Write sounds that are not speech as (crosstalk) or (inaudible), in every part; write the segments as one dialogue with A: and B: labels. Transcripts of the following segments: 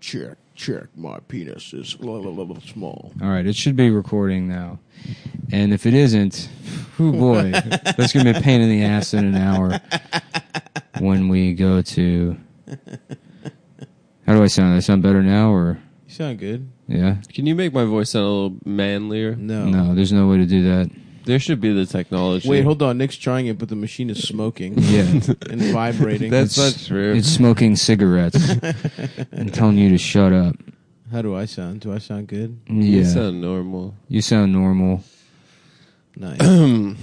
A: check, check, my penis is a little, little small.
B: All right, it should be recording now. And if it isn't, oh
C: (laughs)
B: boy, that's going to be a pain in the ass in an hour when we go to. How do I sound? I sound better now, or
A: You sound good.
B: yeah?
C: Can you make my voice sound a little manlier?
A: No.
B: No, there's no way to do that.
C: There should be the technology.
A: Wait, hold on. Nick's trying it, but the machine is
C: (laughs)
A: smoking
B: Yeah,
A: and vibrating.
C: That's not true.
B: it's smoking
C: (laughs)
B: cigarettes and telling you to shut up.
A: How do I sound? Do I sound good?
B: Yeah,
C: You sound normal.
B: you sound normal,
C: (coughs)
A: Nice.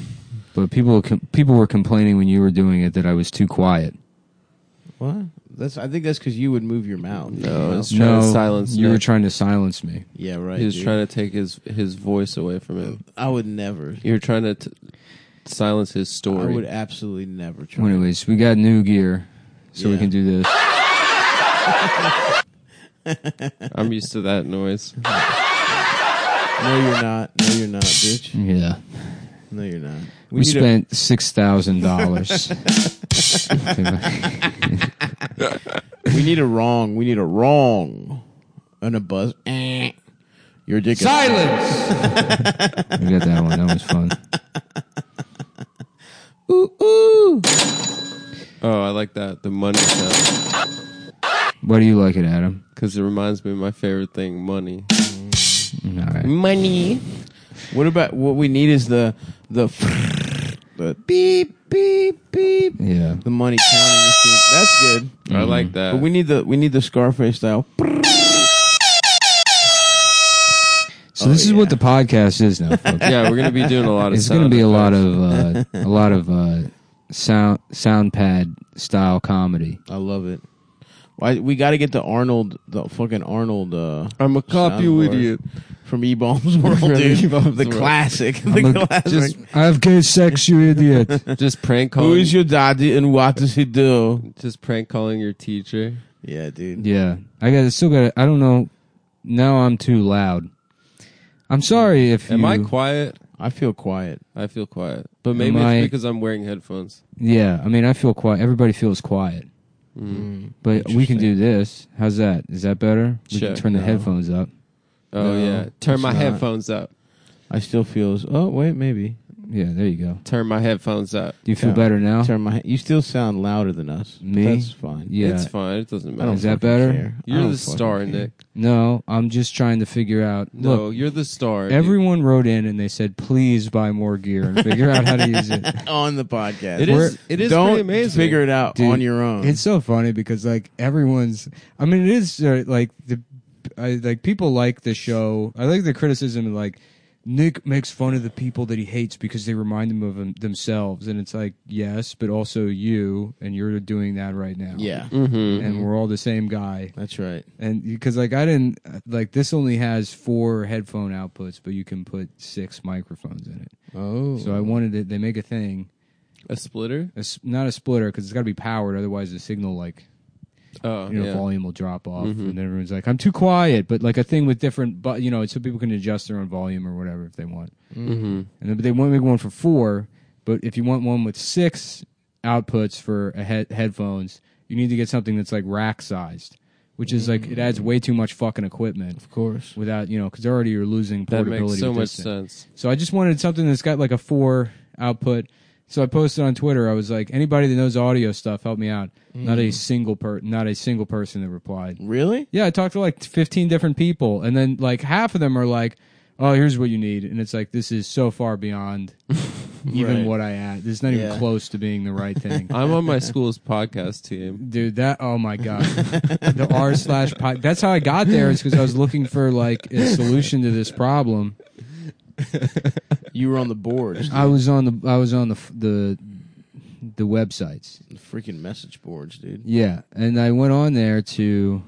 B: but people com- people were complaining when you were doing it that I was too quiet.
A: what? That's. I think that's because you would move your mouth.
C: No,
A: Your
C: it's-
A: mouth-
C: Trying to silence
B: you were
C: Nick.
B: trying to silence me.
A: yeah, right.
C: He was
A: dude.
C: trying to take his his voice away from him.
A: I would never.
C: You were trying to t- silence his
A: I
C: story.
A: would absolutely never try.
B: Anyways, we got new gear, so we
A: Yeah.
B: can do this.
C: I'm used to that noise.
A: No, you're not. No, you're not, bitch.
B: Yeah.
A: No, you're not.
B: We,
A: need a-
B: spent six thousand dollars.
A: We need a wrong. We need a wrong. And a buzz. Eh. Your dick. is-
B: we got that one. That was fun.
C: Oh, I like that. The money sound.
B: Why do you like it, Adam?
C: Because it reminds me of my favorite thing money.
B: All
A: Mm-hmm.
B: right.
C: Money.
A: What about what we need is the the the beep beep beep.
B: Yeah.
A: The money counting machine. That's good.
C: I
B: Mm.
C: like that.
A: But we need the we need the Scarface style.
B: So this is
A: yeah.
B: what the podcast is now. Folks.
C: yeah, we're gonna be doing a lot of.
B: It's going to be a lot of uh, a lot of uh, sound sound pad style comedy.
A: I love it. Why we got to get the Arnold the fucking Arnold uh
C: I'm a cop, you
A: soundboard
C: idiot.
A: from E Bombs (laughs) World,
C: From
A: dude.
C: E-Bombs
A: the
C: World.
A: classic. (laughs) The
B: I'm a-
A: classic.
C: Just
B: I've gay sex, you idiot.
C: (laughs) just prank calling.
A: Who is your daddy and what does he do?
C: Just prank calling your teacher.
A: Yeah, dude.
B: Yeah, I got. Still got. I don't know. Now I'm too loud. I'm sorry if
C: Am
B: you.
C: I quiet?
A: I feel quiet.
C: I feel quiet, but maybe
B: I-
C: it's because I'm wearing headphones.
B: Yeah, I mean, I feel quiet. Everybody feels quiet.
C: Mm.
B: But we can do this. How's that? Is that better? We
C: Sure.
B: can turn the
A: No.
B: headphones up.
C: Oh
A: No,
C: yeah, turn
A: it's
C: my
A: not.
C: headphones up.
A: I still feel as oh wait maybe
B: Yeah, there you go.
C: Turn my headphones up.
B: Do you feel
A: Yeah.
B: better now?
A: turn my you still sound louder than us.
B: Me?
A: That's fine.
B: Yeah.
C: It's fine. It doesn't
A: I don't
C: matter.
B: Is that
A: fucking
B: better?
A: care. I
C: You're
A: don't
C: the
A: fucking
C: star,
A: care.
C: Nick.
B: No, I'm just trying to figure out.
C: No,
B: Look,
C: you're the star. dude.
B: everyone wrote in and they said, "Please buy more gear and figure out how to use it."
A: on the podcast.
C: It
B: We're-
C: is. It is
A: Don't
C: pretty amazing.
A: figure it out
B: Dude,
A: on your own.
B: It's so funny because like everyone's. I mean, it is uh, like the, I like people like the show. I like the criticism of like Nick makes fun of the people that he hates because they remind him of him, themselves, and it's like yes, but also you, and you're doing that right now.
A: yeah,
C: Mm-hmm.
B: and we're all the same guy.
A: that's right.
B: And because like I didn't like this only has four headphone outputs, but you can put six microphones in it.
A: Oh,
B: So I wanted it. They make a thing,
C: A splitter.
B: a s not a splitter because it's got to be powered, otherwise the signal like
C: Oh
B: you know,
C: yeah. Mm-hmm.
B: volume will drop off, and everyone's like, "I'm too quiet," but like a thing with different, but you know, it's so people can adjust their own volume or whatever if they want.
C: Mm-hmm.
B: And then, but they won't make one for four. But if you want one with six outputs for a head headphones, you need to get something that's like rack sized, which is like it adds way too much fucking equipment
A: of course.
B: without you know because already you're losing
C: That
B: portability.
C: makes so
B: with
C: much
B: this thing.
C: sense.
B: So I just wanted something that's got like a four output. So I posted on Twitter. I was like, anybody that knows audio stuff, help me out. Not
C: Mm.
B: a single per, not a single person that replied.
A: Really?
B: Yeah, I talked to like 15 different people, and then like half of them are like, "Oh, here's what you need," and it's like this is so far beyond even
A: (laughs) Right.
B: what I asked. This is not even
A: Yeah.
B: close to being the right
A: (laughs)
B: thing.
C: I'm on my school's podcast team.
B: Dude, that oh
A: (laughs)
B: my god, the r slash pod. That's how I got there. Is because I was looking for like a solution to this problem.
A: You were on the (laughs) boards,
B: I was on the I was on the f- the the websites.
A: the freaking message boards, dude.
B: Yeah, and I went on there to.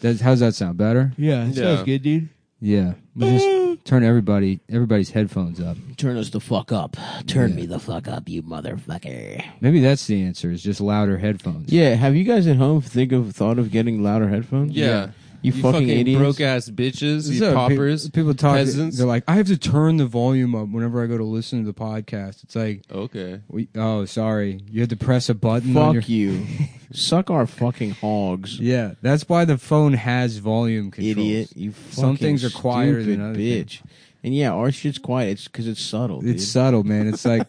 B: That, how's that sound? Better?
A: Yeah,
C: Yeah. sounds
A: good, dude.
B: Yeah. We just turn everybody everybody's headphones up.
D: Turn us the fuck up. Turn me the fuck up, you motherfucker.
B: Maybe that's the answer. Is just louder headphones.
A: Yeah, have you guys at home think of thought of getting louder headphones?
C: Yeah.
A: You, fucking, idiots.
C: broke ass bitches,
B: This is
C: you
B: how pe-
C: paupers,
B: people talk.
C: peasants.
B: They're like, I have to turn the volume up whenever I go to listen to the podcast. It's like,
C: okay,
B: we, oh, sorry, you had to press a button. on
A: Fuck
B: your,
A: you. Suck our fucking hogs.
B: Yeah, that's why the phone has volume controls.
A: Idiot. You
B: Some
A: fucking
B: things are quieter
A: stupid
B: than other
A: bitch. And yeah, our shit's quiet. It's because it's subtle.
B: It's
A: dude.
B: subtle, man.
A: (laughs)
B: It's like,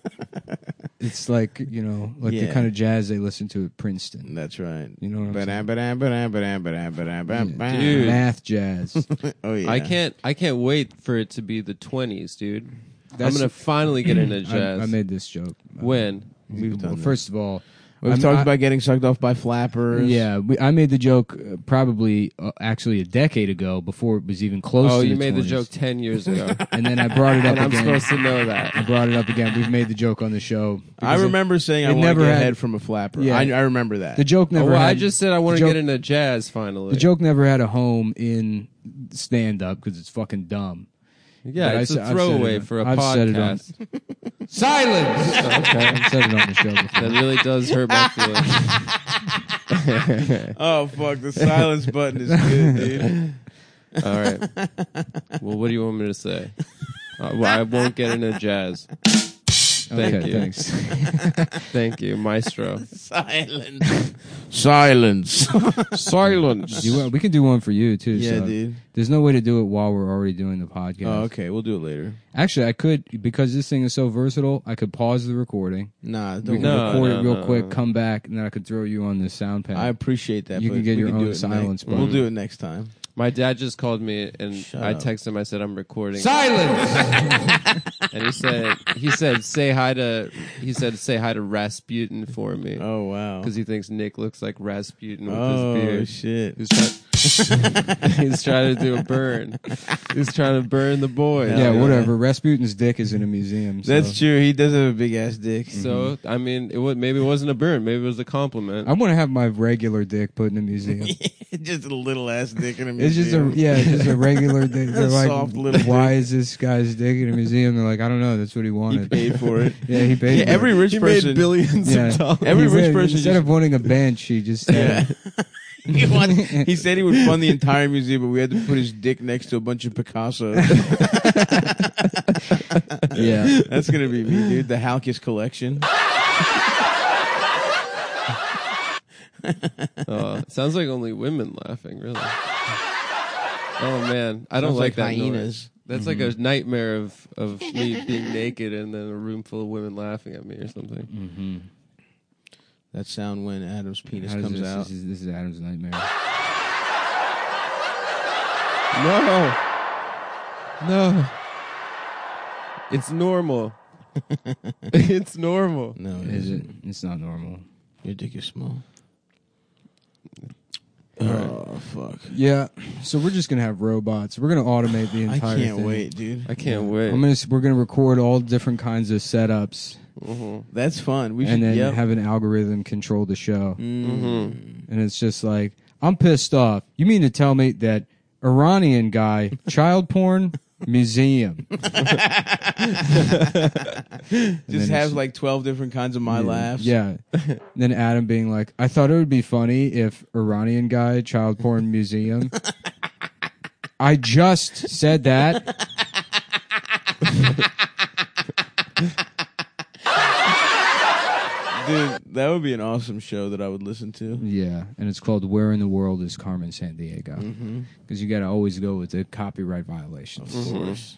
B: it's like you know, like the
A: Yeah.
B: kind of jazz they listen to at Princeton.
A: That's right.
B: You know what I'm
A: Ba-dam, ba-dam, ba-dam, ba-dam, ba-dam, ba-dam, ba-dam, ba-dam.
C: Dude.
A: (laughs)
B: Math jazz.
A: Oh yeah.
C: I can't. I can't wait for it to be the twenties, dude.
B: That's-
C: I'm gonna finally
A: (clears throat)
C: get into jazz.
B: I, I made this joke.
A: uh,
C: when
A: We've
B: Well,
A: done that.
B: first of all,
A: We've
B: I'm-
A: talked
B: I-
A: about getting sucked off by flappers.
B: Yeah, we, I made the joke uh, probably uh, actually a decade ago before it was even close.
C: Oh,
B: to
C: you
B: the
C: made the
B: 20s.
C: joke ten
B: (laughs)
C: years ago,
B: and then I brought
C: (laughs)
B: it up
C: and I'm
B: again.
C: supposed to know that.
B: I brought it up again. We've made the joke on the show.
A: I
B: because it-
A: remember saying
B: it
A: I want
B: never
A: to get
B: had-
A: head from a flapper.
B: Yeah.
A: I, I remember that.
B: the joke
C: Oh,
B: never.
C: well,
B: had,
C: I just said I want to
B: joke-
C: get into jazz finally.
B: the joke never had a home in stand up because it's fucking dumb.
C: yeah,
B: But
C: it's
B: I
C: a
B: said- I've said it
C: throwaway
B: on-
C: for a
B: I've said it on-
C: podcast.
B: Silence. (laughs) okay, I've said it on the show. Before.
C: That really does hurt
B: (laughs)
C: my feelings.
A: (laughs) oh fuck, the
B: (laughs)
A: silence button is good, dude.
C: All right. Well, what do you want me to say? Uh, well, I won't get into jazz. Thank
B: okay,
C: you.
B: thanks.
C: Thank you, Maestro.
A: silence.
B: (laughs)
A: Silence. (laughs)
C: Silence.
B: Do one- we can do one for you too.
A: Yeah,
B: so-
A: dude.
B: There's no way to do it while we're already doing the podcast.
A: Oh, okay, we'll do it later.
B: Actually, I could because this thing is so versatile. I could pause the recording.
A: Nah,
B: We
A: don't.
B: can
C: No,
B: record
C: no,
B: it real
C: no,
B: quick,
C: no.
B: come back, and then I could throw you on the sound pad.
A: I appreciate that.
B: You
A: but
B: can get
A: we
B: your
A: do
B: own
A: it
B: silence
A: Next.
B: button.
A: We'll do it next time.
C: My dad just called me and
A: Shut
C: I
A: up.
C: texted him. I said I'm recording,
A: (laughs)
B: Silence.
C: and he said he said say hi to he said say hi to Rasputin for me
A: Oh wow.
C: because he thinks Nick looks like Rasputin with
A: oh
C: his beard.
A: shit.
C: He's, try- (laughs)
A: (laughs)
C: he's trying to do a burn. He's trying to burn the boy.
B: yeah, whatever. Rasputin's dick is in a museum. So.
A: That's true. He does have a big ass dick.
C: So I mean, it wa maybe it wasn't a burn. Maybe it was a compliment.
B: I'm gonna have my regular dick put in
A: (laughs)
B: a museum.
A: (laughs) just a little ass dick in a
B: It's just a yeah, it's just a regular dick. They're like,
A: Soft little
B: why is this guy's dick in a museum? They're like, I don't know. That's what he wanted.
A: (laughs) He paid for it.
B: (laughs) Yeah, he paid.
A: Yeah,
B: for
A: every
B: it.
A: rich person.
C: billions
B: Yeah.
A: Every
B: He
A: rich
B: said,
A: person
B: instead
A: just-
B: of wanting a bench, he just
A: (laughs)
B: (laughs)
A: Yeah.
B: said,
A: (laughs) he, wants- he said he would fund the entire museum, but we had to put his dick next to a bunch of Picasso. (laughs)
B: yeah.
A: That's gonna be me, dude. The Halkus collection.
C: Uh, sounds like only women laughing, really. Oh man, I don't
A: Sounds
C: like,
A: like
C: that
A: hyenas.
C: noise. That's like a
B: Mm-hmm.
C: nightmare of of me being naked and then a room full of women laughing at me or something.
A: That sound when Adam's penis
B: Mm-hmm. How does
A: comes
B: this,
A: out.
B: This is, this is Adam's nightmare.
C: No, no, it's
B: (laughs)
C: normal. it's normal.
A: No, it
B: Is
A: isn't.
B: it? It's not normal.
A: Your dick is small. Oh fuck!
B: Yeah. So we're just gonna have robots. We're gonna automate the
A: (sighs) I
B: entire.
A: can't
B: thing.
A: wait, dude.
C: I can't wait.
B: I'm gonna. s- We're gonna record all different kinds of setups,
C: Mm-hmm.
A: That's fun. We should.
B: and then
A: yep.
B: have an algorithm control the show.
A: Mhm.
B: And it's just like, I'm pissed off. You mean to tell me that
A: (laughs)
B: Iranian guy, child porn, museum?
A: Just
B: then
A: have
B: it's-
A: like twelve different kinds of my laughs. (laughs)
B: Yeah. then Adam being like, I thought it would be funny if Iranian guy, child porn,
A: (laughs)
B: museum. I just said that.
A: dude, that would be an awesome show that I would listen to.
B: Yeah. And it's called Where in the World is Carmen San Diego? Because
C: Mm-hmm.
B: you got to always go with the copyright violations.
A: Of course.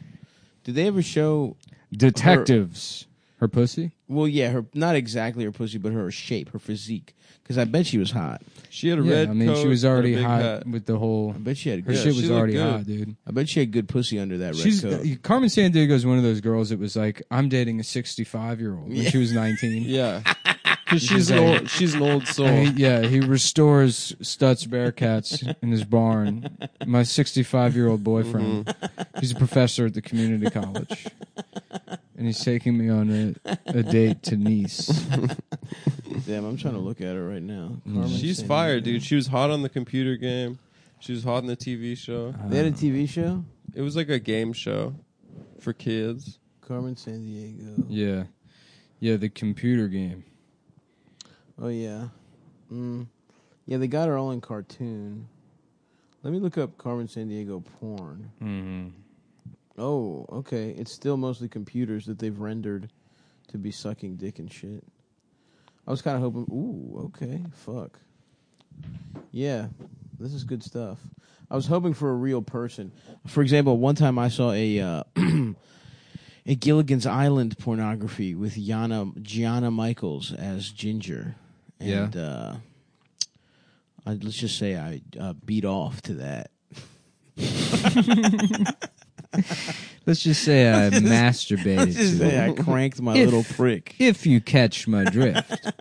A: Did they ever show?
B: Detectives. Her pussy?
A: Well, yeah, her not exactly her pussy, but her shape, her physique. Because I bet she was hot.
C: she had a
B: Yeah,
C: red
B: I mean,
C: coat
B: she was
C: and a
B: already
C: big
B: hot
C: hat.
B: with the whole.
A: I bet she had
B: Her
A: good.
B: shit was
C: she looked
B: already
C: good.
B: hot, dude.
A: I bet she had good pussy under that red
B: She's uh,
A: coat.
B: Carmen San Diego is one of those girls that was like, I'm dating a 65 year old when she was 19.
C: (laughs) Yeah,
B: (laughs)
C: because she's an
B: like-
C: old, she's
B: (laughs)
C: an old soul.
B: And he- yeah, he restores Stutz Bearcats in his barn. My 65 year old boyfriend. He's a professor at the community college. And he's taking me on a, a date to Nice.
A: Damn, I'm trying to look at her right now.
B: Mm.
A: Carmen
C: She's
A: Sandiego.
C: fired, dude. She was hot on the computer game. She was hot on the TV show.
A: They had
B: Um,
A: a TV show.
C: It was like a game show for kids.
A: Carmen San Diego.
B: Yeah. Yeah, the computer game.
A: Oh yeah, mm. yeah. They got her all in cartoon. Let me look up Carmen San Diego porn. Oh, okay. It's still mostly computers that they've rendered to be sucking dick and shit. I was kind of hoping. Ooh, okay. Fuck. Yeah, this is good stuff. I was hoping for a real person. For example, one time I saw a uh, (clears throat) a Gilligan's Island pornography with Yana Gianna Michaels as Ginger, and uh, I, let's just say I uh, beat off to that.
B: Let's just say I masturbated.
A: (laughs) Let's just
B: to
A: say I
B: it.
A: cranked my
B: If-
A: little (laughs) prick.
B: if you catch my drift. (laughs)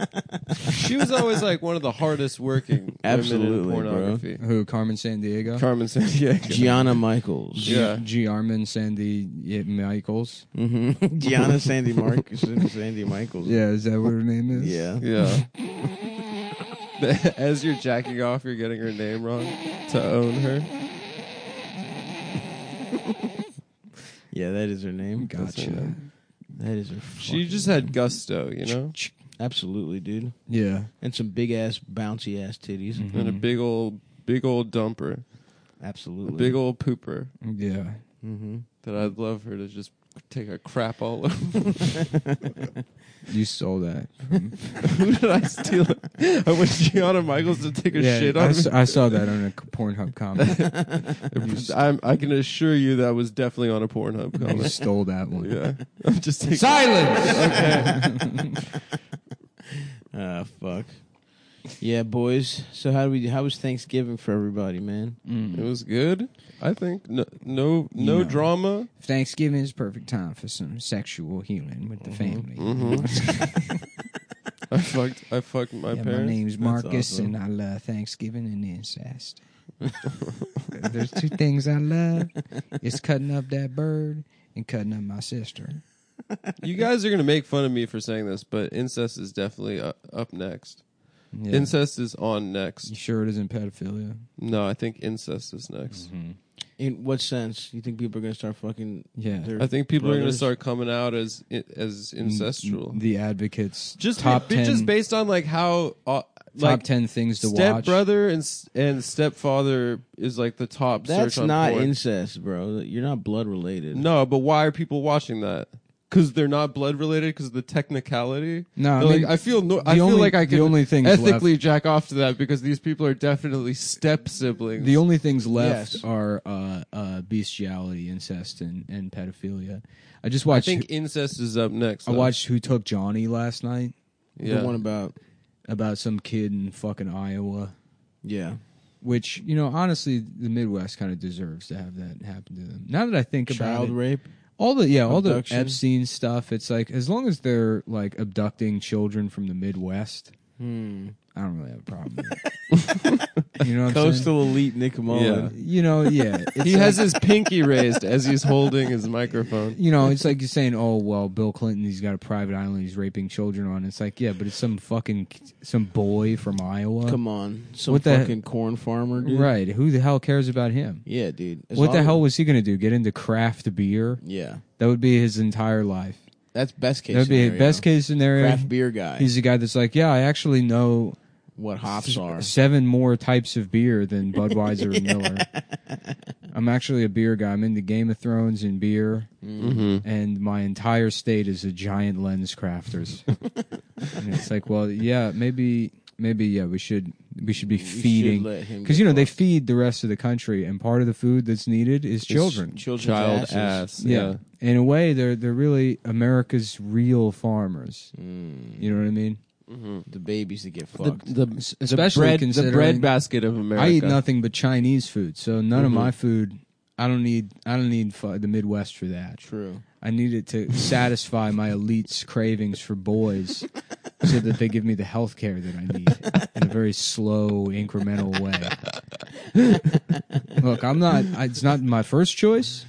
C: She was always like one of the hardest working
A: Absolutely,
C: women in
A: bro.
C: pornography.
B: Who? Carmen San Diego.
C: Carmen Sandiego.
A: Gianna Michaels.
C: yeah.
B: G. Armin Sandy yeah, Michaels.
A: Mm-hmm. Gianna Sandy Marcus and (laughs) Sandy Michaels.
B: Yeah, is that what her name is?
A: Yeah.
C: (laughs) Yeah. (laughs) As you're jacking off, you're getting her name wrong to own her.
A: Yeah, that is her name.
C: That's her
B: Gotcha.
C: name.
A: That is her.
C: She
A: fucking-
C: just had gusto, you know?
A: absolutely, dude,
B: Yeah.
A: and some big ass, bouncy ass titties.
C: And a big old, big old dumper. A
A: Absolutely,
C: big old pooper
B: Yeah.
A: Mm-hmm.
C: that I'd love her to just take a crap all over.
B: You stole that.
C: (laughs) Who did I steal it? I want Gianna Michaels to take a
B: yeah,
C: shit
B: I,
C: on
B: s- I saw that on a (laughs) Pornhub (laughs) comment.
C: me. I'm, I can assure you that was definitely on a Pornhub
B: you
C: comment.
B: stole that one.
C: yeah.
B: (laughs)
C: I'm just taking
B: Silence. (laughs)
A: Ah, fuck. Yeah, boys. So how do we? How was Thanksgiving for everybody, man?
B: Mm.
C: It was good. I think no no, no
B: No.
C: drama.
B: Thanksgiving is perfect time for some sexual healing with the
C: Mm-hmm.
B: family. (laughs)
C: I fucked I fucked my
B: yeah, my
C: parents.
B: name's
A: That's
B: Marcus,
A: awesome.
B: and I love Thanksgiving and
C: (laughs)
B: incest. There's two things I love: it's cutting up that bird and cutting up my sister.
C: You guys are gonna make fun of me for saying this, but incest is definitely uh, up next.
B: Yeah.
C: Incest is on next.
B: You sure it isn't pedophilia?
C: No, I think incest is next.
B: Mm-hmm.
A: In what sense you think people are gonna start fucking?
B: Yeah. Mm,
A: their
C: I think people are gonna
A: brothers?
C: start coming out as as incestual.
B: The advocates
C: Just
B: Mm-hmm. top
C: be-
B: ten,
C: just based on like how uh, like
B: top ten things to watch.
C: stepbrother and s- and stepfather is like the top
A: That's
C: search on
A: not
C: porn.
A: incest, bro. You're not blood related.
C: No, but why are people watching that? Because they're not blood related. Because the technicality.
B: No, I
C: They're like,
B: mean,
C: I feel no.
B: the
C: I feel
B: only-
C: like I
B: the
C: can
B: only things
C: ethically jack off to that because these people are definitely step siblings.
B: The only things left
A: Yes.
B: are uh, uh, bestiality, incest, and, and pedophilia. I just
C: I
B: watched.
C: think incest is up next.
B: I
C: though.
B: watched Who Took Johnny last night
C: Yeah.
A: The one about
B: about some kid in fucking Iowa,
A: yeah.
B: which you know, honestly, the Midwest kind of deserves to have that happen to them. Now that I think
A: Child
B: about it,
A: rape.
B: all the yeah, all
A: abduction.
B: the Epstein stuff. It's like as long as they're like abducting children from the Midwest,
A: Hmm.
B: I don't really have a problem. with
C: (laughs)
B: it. you know, what I'm saying?
A: Coastal elite Nick Mullen.
B: You know, yeah.
A: (laughs)
B: It's
C: he
B: like-
C: has his pinky raised as he's holding his microphone.
B: you know, it's like you're saying, oh well, Bill Clinton, he's got a private island he's raping children on. It's like, yeah, but it's some fucking some boy from Iowa,
A: Come on, some
B: What the-
A: fucking corn farmer, dude.
B: right? Who the hell cares about him?
A: Yeah, dude. As
B: What the
A: long-
B: hell was he going to do? Get into craft beer?
A: Yeah,
B: That would be his entire life.
A: that's best case.
B: That would be
A: scenario.
B: his best case scenario.
A: Craft beer guy.
B: He's the guy that's like, yeah, I actually know
A: what hops are?
B: seven more types of beer than Budweiser and Miller. I'm actually a beer guy. I'm into Game of Thrones and beer,
C: Mm-hmm.
B: and my entire state is a giant lens crafters. and it's like, well, yeah, maybe, maybe, yeah, we should we should be
A: should
B: feeding
A: let him
B: because
A: get
B: you know they
A: fucked.
B: feed the rest of the country, and part of the food that's needed is children.
A: Children's
C: Child
A: asses.
C: ass.
B: yeah. in a way, they're they're really America's real farmers. You know what I mean?
A: The babies that get fucked.
C: Mm. The,
B: S-
C: the
B: especially
C: bread, the
B: considering-
C: bread basket of America.
B: I eat nothing but Chinese food, so none of my food. I don't need. I don't need fu- the Midwest for that.
A: True.
B: I need it to satisfy my elite's cravings for boys, so that they give me the health care that I need in a very slow, incremental way. Look, I'm not. I- It's not my first choice,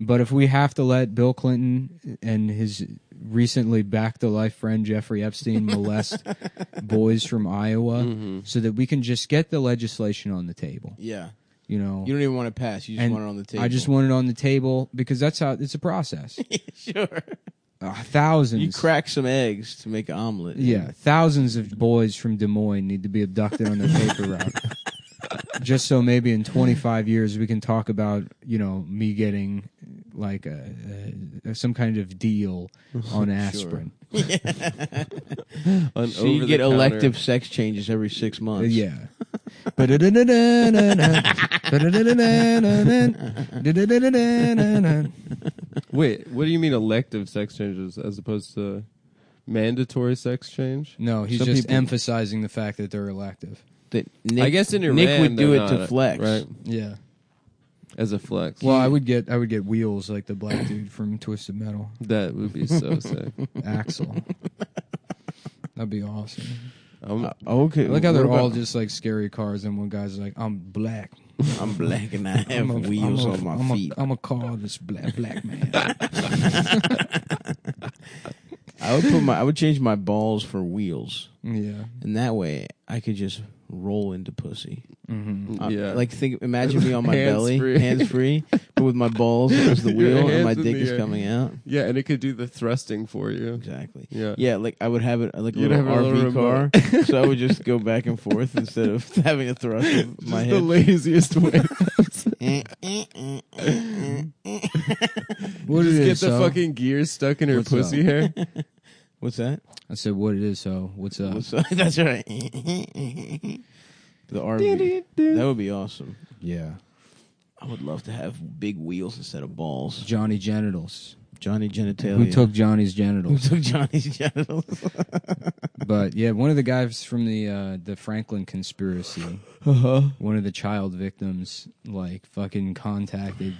B: but if we have to let Bill Clinton and his recently back to life friend Jeffrey Epstein molest boys from Iowa,
A: Mm-hmm.
B: so that we can just get the legislation on the table,
A: Yeah.
B: you know.
A: You don't even want to pass. You just want it on the table.
B: I just
A: (laughs)
B: want it on the table because that's how it's a process.
A: sure.
B: Uh, thousands.
A: You crack some eggs to make an omelet. (laughs)
B: Yeah, thousands of boys from Des Moines need to be abducted on their paper route. just so maybe in 25 years we can talk about you know me getting like a, a some kind of deal on aspirin. (laughs)
C: An
A: So you get
C: over-the-counter-
A: elective sex changes every six
B: Uh,
A: months.
B: yeah. (laughs) Ba-da-da-da-da-da-da.
C: Wait, what do you mean elective sex changes as opposed to mandatory sex change?
B: no, he's
C: Some
B: just
C: people-
B: emphasizing the fact that they're elective.
A: That Nick,
C: I guess in Iran,
A: Nick would do
C: they're
A: it to
C: not,
A: flex.
C: right?
B: Yeah.
C: As a flex.
B: Well, I would get I would get wheels like the black dude from Twisted Metal,
C: that would be (laughs) so sick.
B: Axel. (laughs) That'd be awesome.
C: I'm,
A: Uh, Okay.
B: I like how they're
A: what
B: all
A: about-
B: just like scary cars, and one guy's like, "I'm black.
A: (laughs) I'm black and I have
C: (laughs)
B: I'm a-
A: wheels
B: I'm a-
A: on my
B: I'm a-
A: feet.
B: I'm a car that's black,
A: (laughs)
B: black man."
A: I would put my. I would change my balls for wheels,
B: yeah.
A: and that way I could just roll into pussy.
B: Mm-hmm.
A: Uh,
C: yeah.
A: Like think, imagine me on my
C: Hands
A: belly,
C: free.
A: hands free, but with my balls as the
C: (laughs) Your
A: wheel and
C: hands
A: my
C: in
A: dick
C: the
A: is
C: air.
A: coming out.
C: yeah, and it could do the thrusting for you.
A: Exactly.
C: Yeah.
A: Yeah, like I would have it like a
C: You'd
A: little
C: have a little
A: RV car,
C: (laughs)
A: so I would just go back and forth instead of (laughs) having a thrust with my
C: Just the
A: head.
C: laziest way.
B: What it
C: Just get
B: is,
C: the
B: so?
C: fucking gears stuck in her
B: What's
C: pussy hair.
A: (laughs) What's that?
B: I said, "What it is, so what's up?"
A: What's (laughs) that? That's right. the RV. That would be awesome.
B: yeah,
A: I would love to have big wheels instead of balls.
B: Johnny genitals.
A: Johnny genitalia.
B: Who took Johnny's
A: (laughs) Who
B: genitals?
A: took Johnny's genitals?
B: but yeah, one of the guys from the uh, the Franklin conspiracy,
A: Uh-huh.
B: one of the child victims, like fucking contacted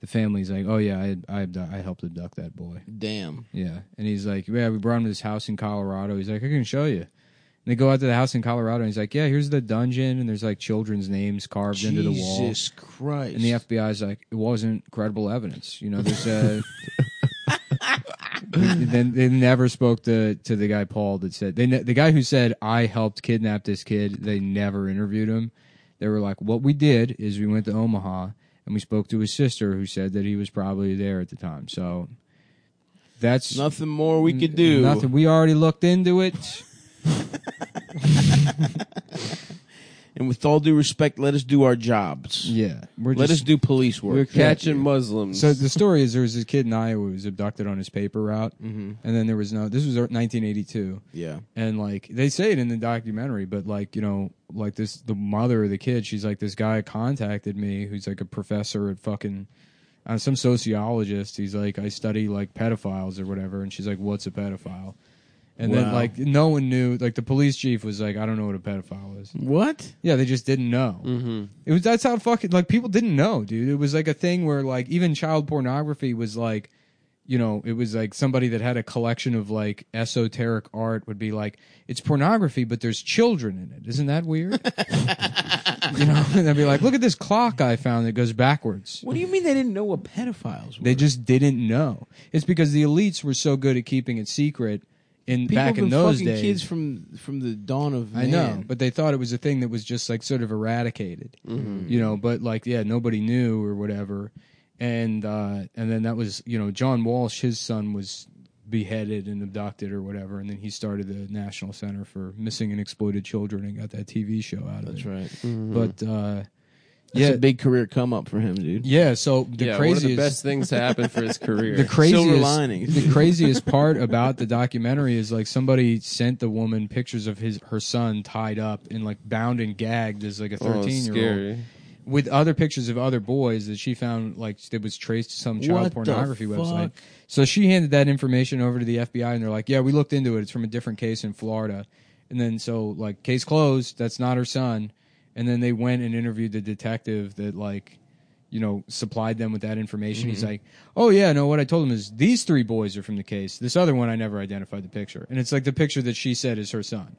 B: the family's like, "Oh yeah, I I, abdu- I helped abduct that boy."
A: Damn.
B: Yeah. And he's like, Yeah, we brought him to this house in Colorado. He's like, I can show you. And they go out to the house in Colorado and he's like, Yeah, here's the dungeon and there's like children's names carved into the wall.
A: Jesus Christ.
B: And the FBI's like, It wasn't credible evidence. You know, there's a then they never spoke to to the guy Paul that said they ne- the guy who said I helped kidnap this kid. They never interviewed him. They were like, what we did is we went to Omaha and we spoke to his sister who said that he was probably there at the time. So that's
A: Nothing more we could do.
B: Nothing. We already looked into it.
A: And with all due respect, let us do our jobs.
B: yeah, we're
A: Let us
B: just.
A: do police
C: We're
A: work.
C: catching Muslims.
B: so the story is there was this kid in Iowa who was abducted on his paper route,
A: Mm-hmm.
B: and then there was no. This was 1982.
A: yeah.
B: and like they say it in the documentary but like you know like this the mother of the kid she's like this guy contacted me who's like a professor at fucking uh, some sociologist he's like i study like pedophiles or whatever and she's like what's a pedophile and then
A: Wow.
B: like no one knew like the police chief was like i don't know what a pedophile is
A: What?
B: yeah they just didn't know mm-hmm. it was that's how fucking like people didn't know dude it was like a thing where like even child pornography was like you know, it was like somebody that had a collection of like esoteric art would be like, it's pornography, but there's children in it. Isn't that weird? you know, and they'd be like, look at this clock I found that goes backwards.
A: What do you mean they didn't know what pedophiles were?
B: They just didn't know. It's because the elites were so good at keeping it secret in
A: People
B: back
A: have been
B: in those
A: fucking
B: days.
A: kids from from the dawn of
B: I
A: man.
B: know, but they thought it was a thing that was just like sort of eradicated,
A: Mm-hmm.
B: you know. But like, yeah, nobody knew or whatever, and uh, and then that was you know John Walsh, his son was beheaded and abducted or whatever, and then he started the National Center for Missing and Exploited Children and got that TV show out of
A: That's
B: it.
A: right.
B: But uh,
A: That's
B: yeah,
A: a big career come up for him, dude.
B: yeah. So the
C: yeah,
B: craziest,
C: one of the best things to happen for his career.
B: the craziest,
A: Silver linings.
C: (laughs)
B: The craziest part about the documentary is like somebody sent the woman pictures of his her son tied up and like bound and gagged as like a
C: oh,
B: thirteen year old
C: scary.
B: with other pictures of other boys that she found like that was traced to some child
A: What the
B: pornography
A: fuck?
B: website. So she handed that information over to the FBI and they're like, "Yeah, we looked into it. It's from a different case in Florida." And then so like case closed. That's not her son. And then they went and interviewed the detective that like you know, supplied them with that information.
A: Mm-hmm.
B: He's like, "Oh yeah, no. What I told him is these three boys are from the case. This other one, I never identified the picture, and it's like the picture that she said is her son."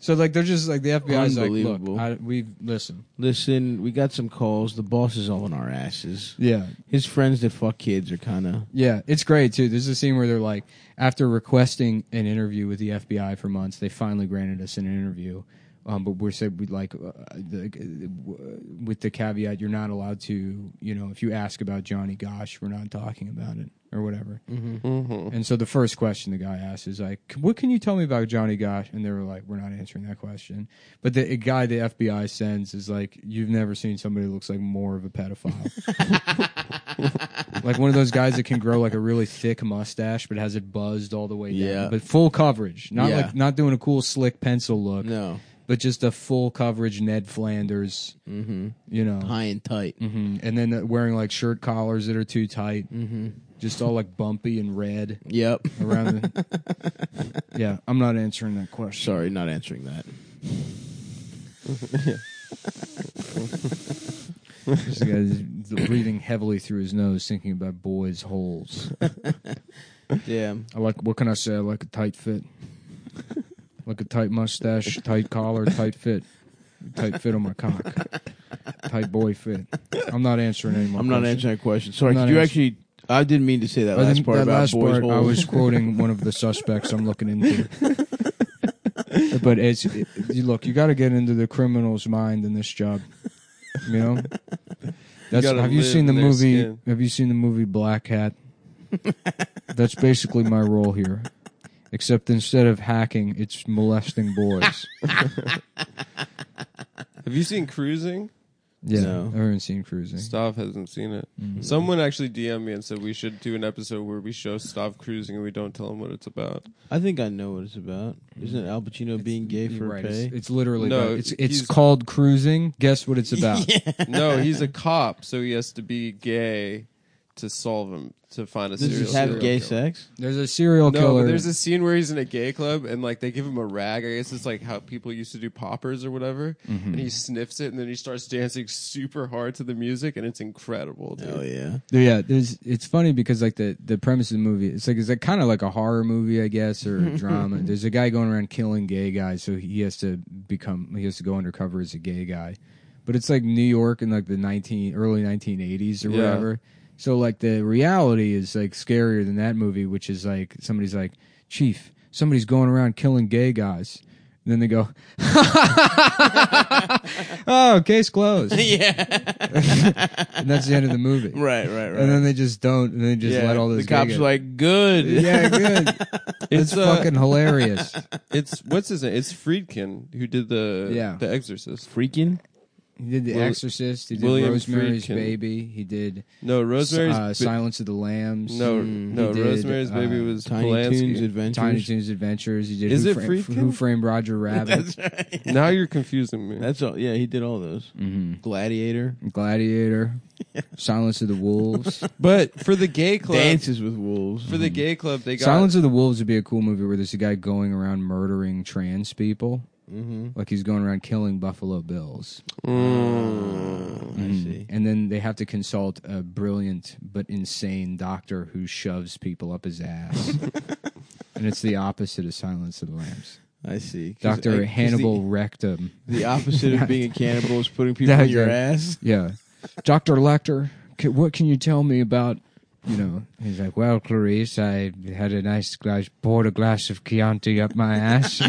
B: So like, they're just like the FBI's like, "Look,
A: Unbelievable.
B: I, we listen,
A: Listen, we got some calls. The boss is all on our asses.
B: yeah,
A: His friends that fuck kids are kind of
B: yeah." It's great too. There's a scene where they're like, after requesting an interview with the FBI for months, they finally granted us an interview. Um, but we're said we like uh, the, with the caveat you're not allowed to you know if you ask about Johnny Gosh we're not talking about it or whatever.
C: Mm-hmm.
B: And so the first question the guy asked is like, "What can you tell me about Johnny Gosh?" And they were like, "We're not answering that question." But the guy the FBI sends is like, "You've never seen somebody who looks like more of
A: (laughs)
B: a pedophile." like one of those guys that can grow like a really thick mustache but has it buzzed all the way down,
A: Yeah.
B: but full coverage, not
A: Yeah.
B: like not doing a cool slick pencil look,
A: No.
B: but just a full coverage Ned Flanders,
A: Mm-hmm.
B: you know.
A: High and tight.
B: Mhm. And then uh, wearing like shirt collars that are too tight,
A: Mm-hmm.
B: just all like bumpy and red
A: Yep.
B: around the (laughs) yeah i'm not answering that question
A: Sorry, not answering that.
B: this guy's breathing heavily through his nose thinking about boys holes
A: Yeah.
B: i like what can i say i like a tight fit like a tight mustache tight collar tight fit tight fit on my cock tight boy fit i'm not answering anymore
A: I'm not answering that question. Sorry,
B: I'm
A: could
B: not
A: you
B: ans-
A: actually? I didn't mean to say that last part
B: that
A: about
B: last
A: boys.
B: part, I
A: holes.
B: was quoting one of the suspects I'm looking into. but it's it, you look, you got to get into the criminal's mind in this job. You know, that's
C: gotta
B: have you
C: live
B: seen the
C: in their
B: movie?
C: skin.
B: Have you seen the movie Black Hat? that's basically my role here, except instead of hacking, it's molesting boys.
C: Have you seen Cruising?
B: Yeah,
A: No.
B: I haven't seen Cruising.
C: Stav hasn't seen it. Someone actually DM'd me and said we should do an episode where we show Stav Cruising and we don't tell him what it's about.
A: I think I know what it's about. Isn't it Al Pacino being gay for
B: You're right.
A: pay?
B: It's, it's literally
C: No,
B: about- it's it's
C: he's-
B: called Cruising. Guess what
A: (laughs)
B: it's about?
C: no, he's a cop, so he has to be gay to solve him to find a
A: Does
C: serial
A: he have
C: serial
A: gay
C: killer.
A: sex?
B: There's a serial
C: No,
B: killer.
C: but there's a scene where he's in a gay club and like they give him a rag. I guess it's like how people used to do poppers or whatever. And he sniffs it and then he starts dancing super hard to the music and it's incredible. Dude.
A: Oh yeah.
B: There- Yeah, there's. It's funny because like the the premise of the movie, it's like it's like kind of like a horror movie, I guess, or
A: Mm-hmm.
B: a drama. there's a guy going around killing gay guys, so he has to become he has to go undercover as a gay guy. But it's like New York in like the nineteen early nineteen eighties or
C: Yeah.
B: whatever. So like the reality is like scarier than that movie, which is like somebody's like chief, somebody's going around killing gay guys. And then they go, (laughs) oh, case closed.
A: (laughs) yeah.
B: (laughs) And that's the end of the movie.
A: Right. Right. Right.
B: And then they just don't, and they just
A: yeah.
B: let all this.
A: the cops are like good.
B: (laughs)
C: (laughs)
B: yeah, good. It's,
C: It's, uh,
B: fucking hilarious.
C: It's what's his name? It's Friedkin who did the
B: Yeah.
C: the Exorcist.
A: Freaking.
B: He did The
C: Will-
B: Exorcist. He did
C: William
B: Rosemary's
C: Friedkin.
B: Baby. He did
C: No, Rosemary's
B: uh,
C: Ba-
B: Silence of the Lambs.
C: No,
A: Mm,
C: no,
B: he did,
C: Rosemary's Baby
B: uh,
C: was
A: Tiny
C: Polanski.
A: Toons Adventures.
B: Tiny Toons Adventures. He did.
C: Is
B: Who
C: it
B: Fra-
C: Friedkin?
B: Who Framed Roger
C: (laughs)
B: Rabbit?
C: Now you're confusing me.
A: That's all. Yeah, he did all those.
B: hmm
A: Gladiator.
C: (laughs)
B: Gladiator. Silence of the Wolves.
C: But for the gay club,
A: Dances with wolves.
C: for the gay club, they got
B: Silence of the Wolves would be a cool movie where there's a guy going around murdering trans people,
A: Mm-hmm.
B: like he's going around killing Buffalo Bills.
C: Mm.
A: Oh, I
B: Mm.
A: see.
B: And then they have to consult a brilliant but insane doctor who shoves people up his ass.
A: (laughs)
B: and it's the opposite of Silence of the Lambs.
A: I see. 'Cause- I-
B: Dr.
A: 'cause
B: Hannibal Rectum.
A: The, the opposite of
B: (laughs)
A: being a cannibal is putting people
B: That-
A: in your
B: that-
A: ass.
B: Yeah. Dr. Lecter, c- what can you tell me about, you know? He's like, well, Clarice, I had a nice glass, poured a glass of Chianti up
A: (laughs)
B: my ass.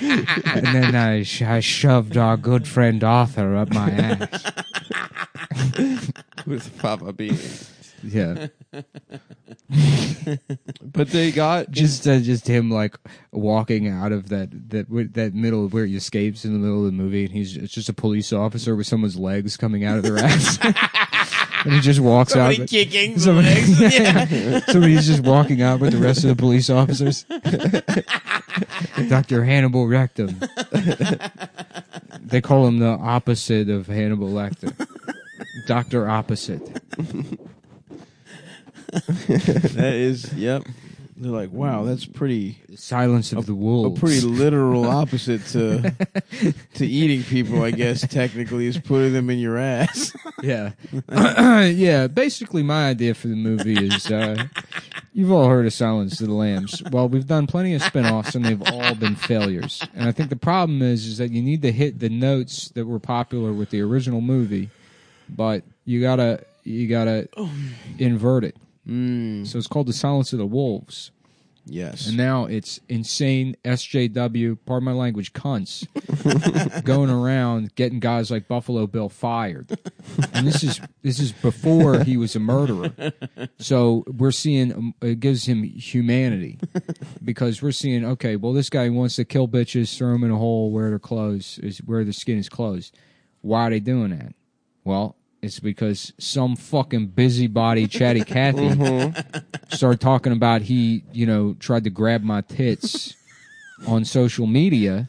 B: and then I, sh- I shoved our good friend Arthur up my ass.
C: with Papa Beanie.
B: Yeah.
C: But they
B: (laughs)
C: got
B: just uh, just him like walking out of that that wi- that middle of where he escapes in the middle of the movie, and he's it's just a police officer with someone's legs coming out of their ass, and he just walks out. but-
A: kicking
B: (laughs) Somebody's just walking out with the rest of the police officers. (laughs) Dr. Hannibal Rectum. they call him the opposite of Hannibal Lecter. Dr. Opposite.
A: That is. Yep. They're like, wow, that's pretty.
B: Silence of the
A: A
B: Wolves.
A: pretty
B: (laughs)
A: literal opposite to to eating people, I guess. Technically, is putting them in your ass. (laughs)
B: Yeah. (clears throat) yeah. Basically, my idea for the movie is uh, you've all heard of Silence of the Lambs. Well, we've done plenty of spin offs, and they've all been failures. And I think the problem is, is that you need to hit the notes that were popular with the original movie, but you gotta you gotta invert it.
A: Mm.
B: So it's called The Silence of the Wolves.
A: Yes.
B: And now it's insane SJW, pardon my language, cunts going around getting guys like Buffalo Bill fired. And this is this is before he was a murderer. So we're seeing um, it gives him humanity because we're seeing okay, well this guy wants to kill bitches, throw them in a hole where their clothes is where their skin is closed. Why are they doing that? Well, it's because some fucking busybody chatty Cathy started talking about he, you know, tried to grab my tits on social media,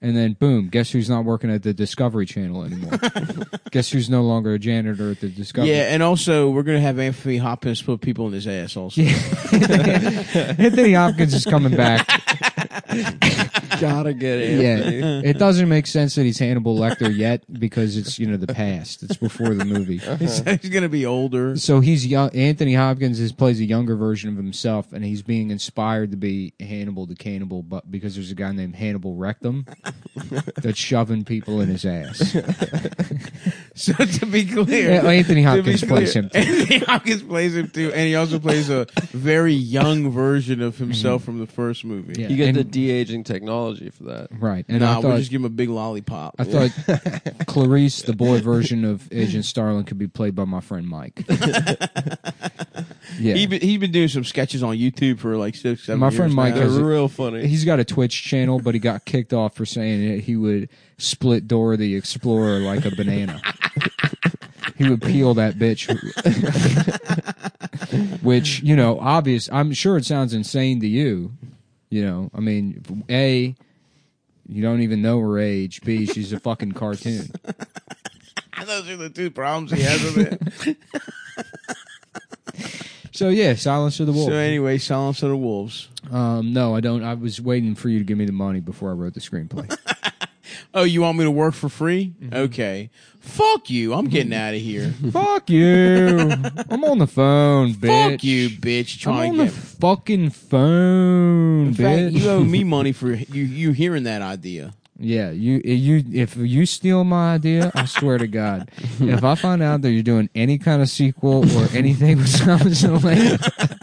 B: and then boom, guess who's not working at the Discovery Channel anymore? guess who's no longer a janitor at the Discovery?
A: yeah, and also we're gonna have Anthony Hopkins put people in his ass. Also,
B: (laughs)
A: (laughs)
B: Anthony Hopkins is coming back.
C: Gotta get it.
B: Yeah, it doesn't make sense that he's Hannibal Lecter yet because it's you know the past. It's before the movie.
A: he's gonna be older.
B: So he's young. Anthony Hopkins is, plays a younger version of himself, and he's being inspired to be Hannibal the Cannibal, but because there's a guy named Hannibal
A: (laughs)
B: Rectum that's shoving people in his ass.
A: So to be clear,
B: Yeah, Anthony
A: to be
B: Hopkins plays
A: clear,
B: him.
A: Anthony Hopkins plays him too, and he also plays a very young version of himself from the first movie.
B: Mm-hmm. Yeah.
C: You get
B: And-
C: the de aging technology for that.
B: Right, and
A: nah,
B: I
A: we'll
B: thought
A: just give him a big lollipop. (laughs)
B: I thought Clarice, the boy version of Agent Starlin, could be played by my friend
A: (laughs)
B: Mike. yeah,
A: He been, he's been doing some sketches on YouTube for like six, seven
B: My
A: years
B: friend Mike
A: now.
C: They're
B: does it-
C: real funny.
B: (laughs) He's got a Twitch channel, but he got kicked off for saying that he would split Dora the Explorer like a banana. he would peel that bitch. Which, you know, obvious. I'm sure it sounds insane to you. You know, I mean, A, you don't even know her age. B, she's a fucking cartoon.
A: Those are the two problems he has with it.
B: So, yeah, Silence of the
A: (laughs)
B: Wolves.
A: so anyway, Silence of the Wolves.
B: um, no, I don't. I was waiting for you to give me the money before I wrote
A: (laughs)
B: the screenplay.
A: Oh, you want me to work for free?
B: Mm-hmm.
A: Okay, fuck you. I'm getting out of
B: (laughs)
A: here.
B: Fuck you. I'm on the phone, bitch.
A: Fuck you, bitch.
B: I'm
A: Trying
B: on
A: to
B: the
A: get.
B: fucking phone,
A: In
B: bitch.
A: fact, you owe me money for you. You hearing that idea?
B: (laughs) yeah, you you if you steal my idea, I swear
A: (laughs)
B: to God, if I find out that you're doing any kind of sequel or anything with Silence of
A: (laughs)
B: the Lambs,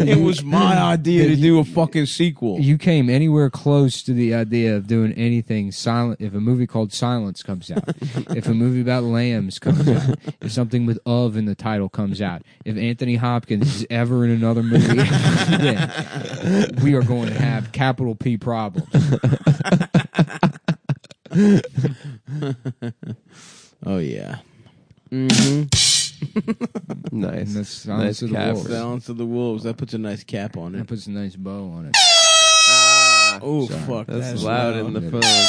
A: It was
B: (laughs)
A: my idea to do a fucking sequel.
B: you came anywhere close to the idea of doing anything silent. If a movie called Silence comes out,
A: (laughs)
B: if a movie about lambs comes out, if something with "of" in the title comes out, if Anthony Hopkins is ever in another movie, (laughs) then we are going to have capital P problems.
A: Oh yeah,
B: Mm-hmm.
C: Nice.
B: And that's Silence
C: Nice
B: of the
C: cap.
B: Wolves.
A: Silence of the Wolves. That puts a nice cap on
B: That
A: it.
B: puts a nice bow on it.
A: Oh fuck,
C: That's,
A: that's
C: loud in the
B: loud.
C: phone.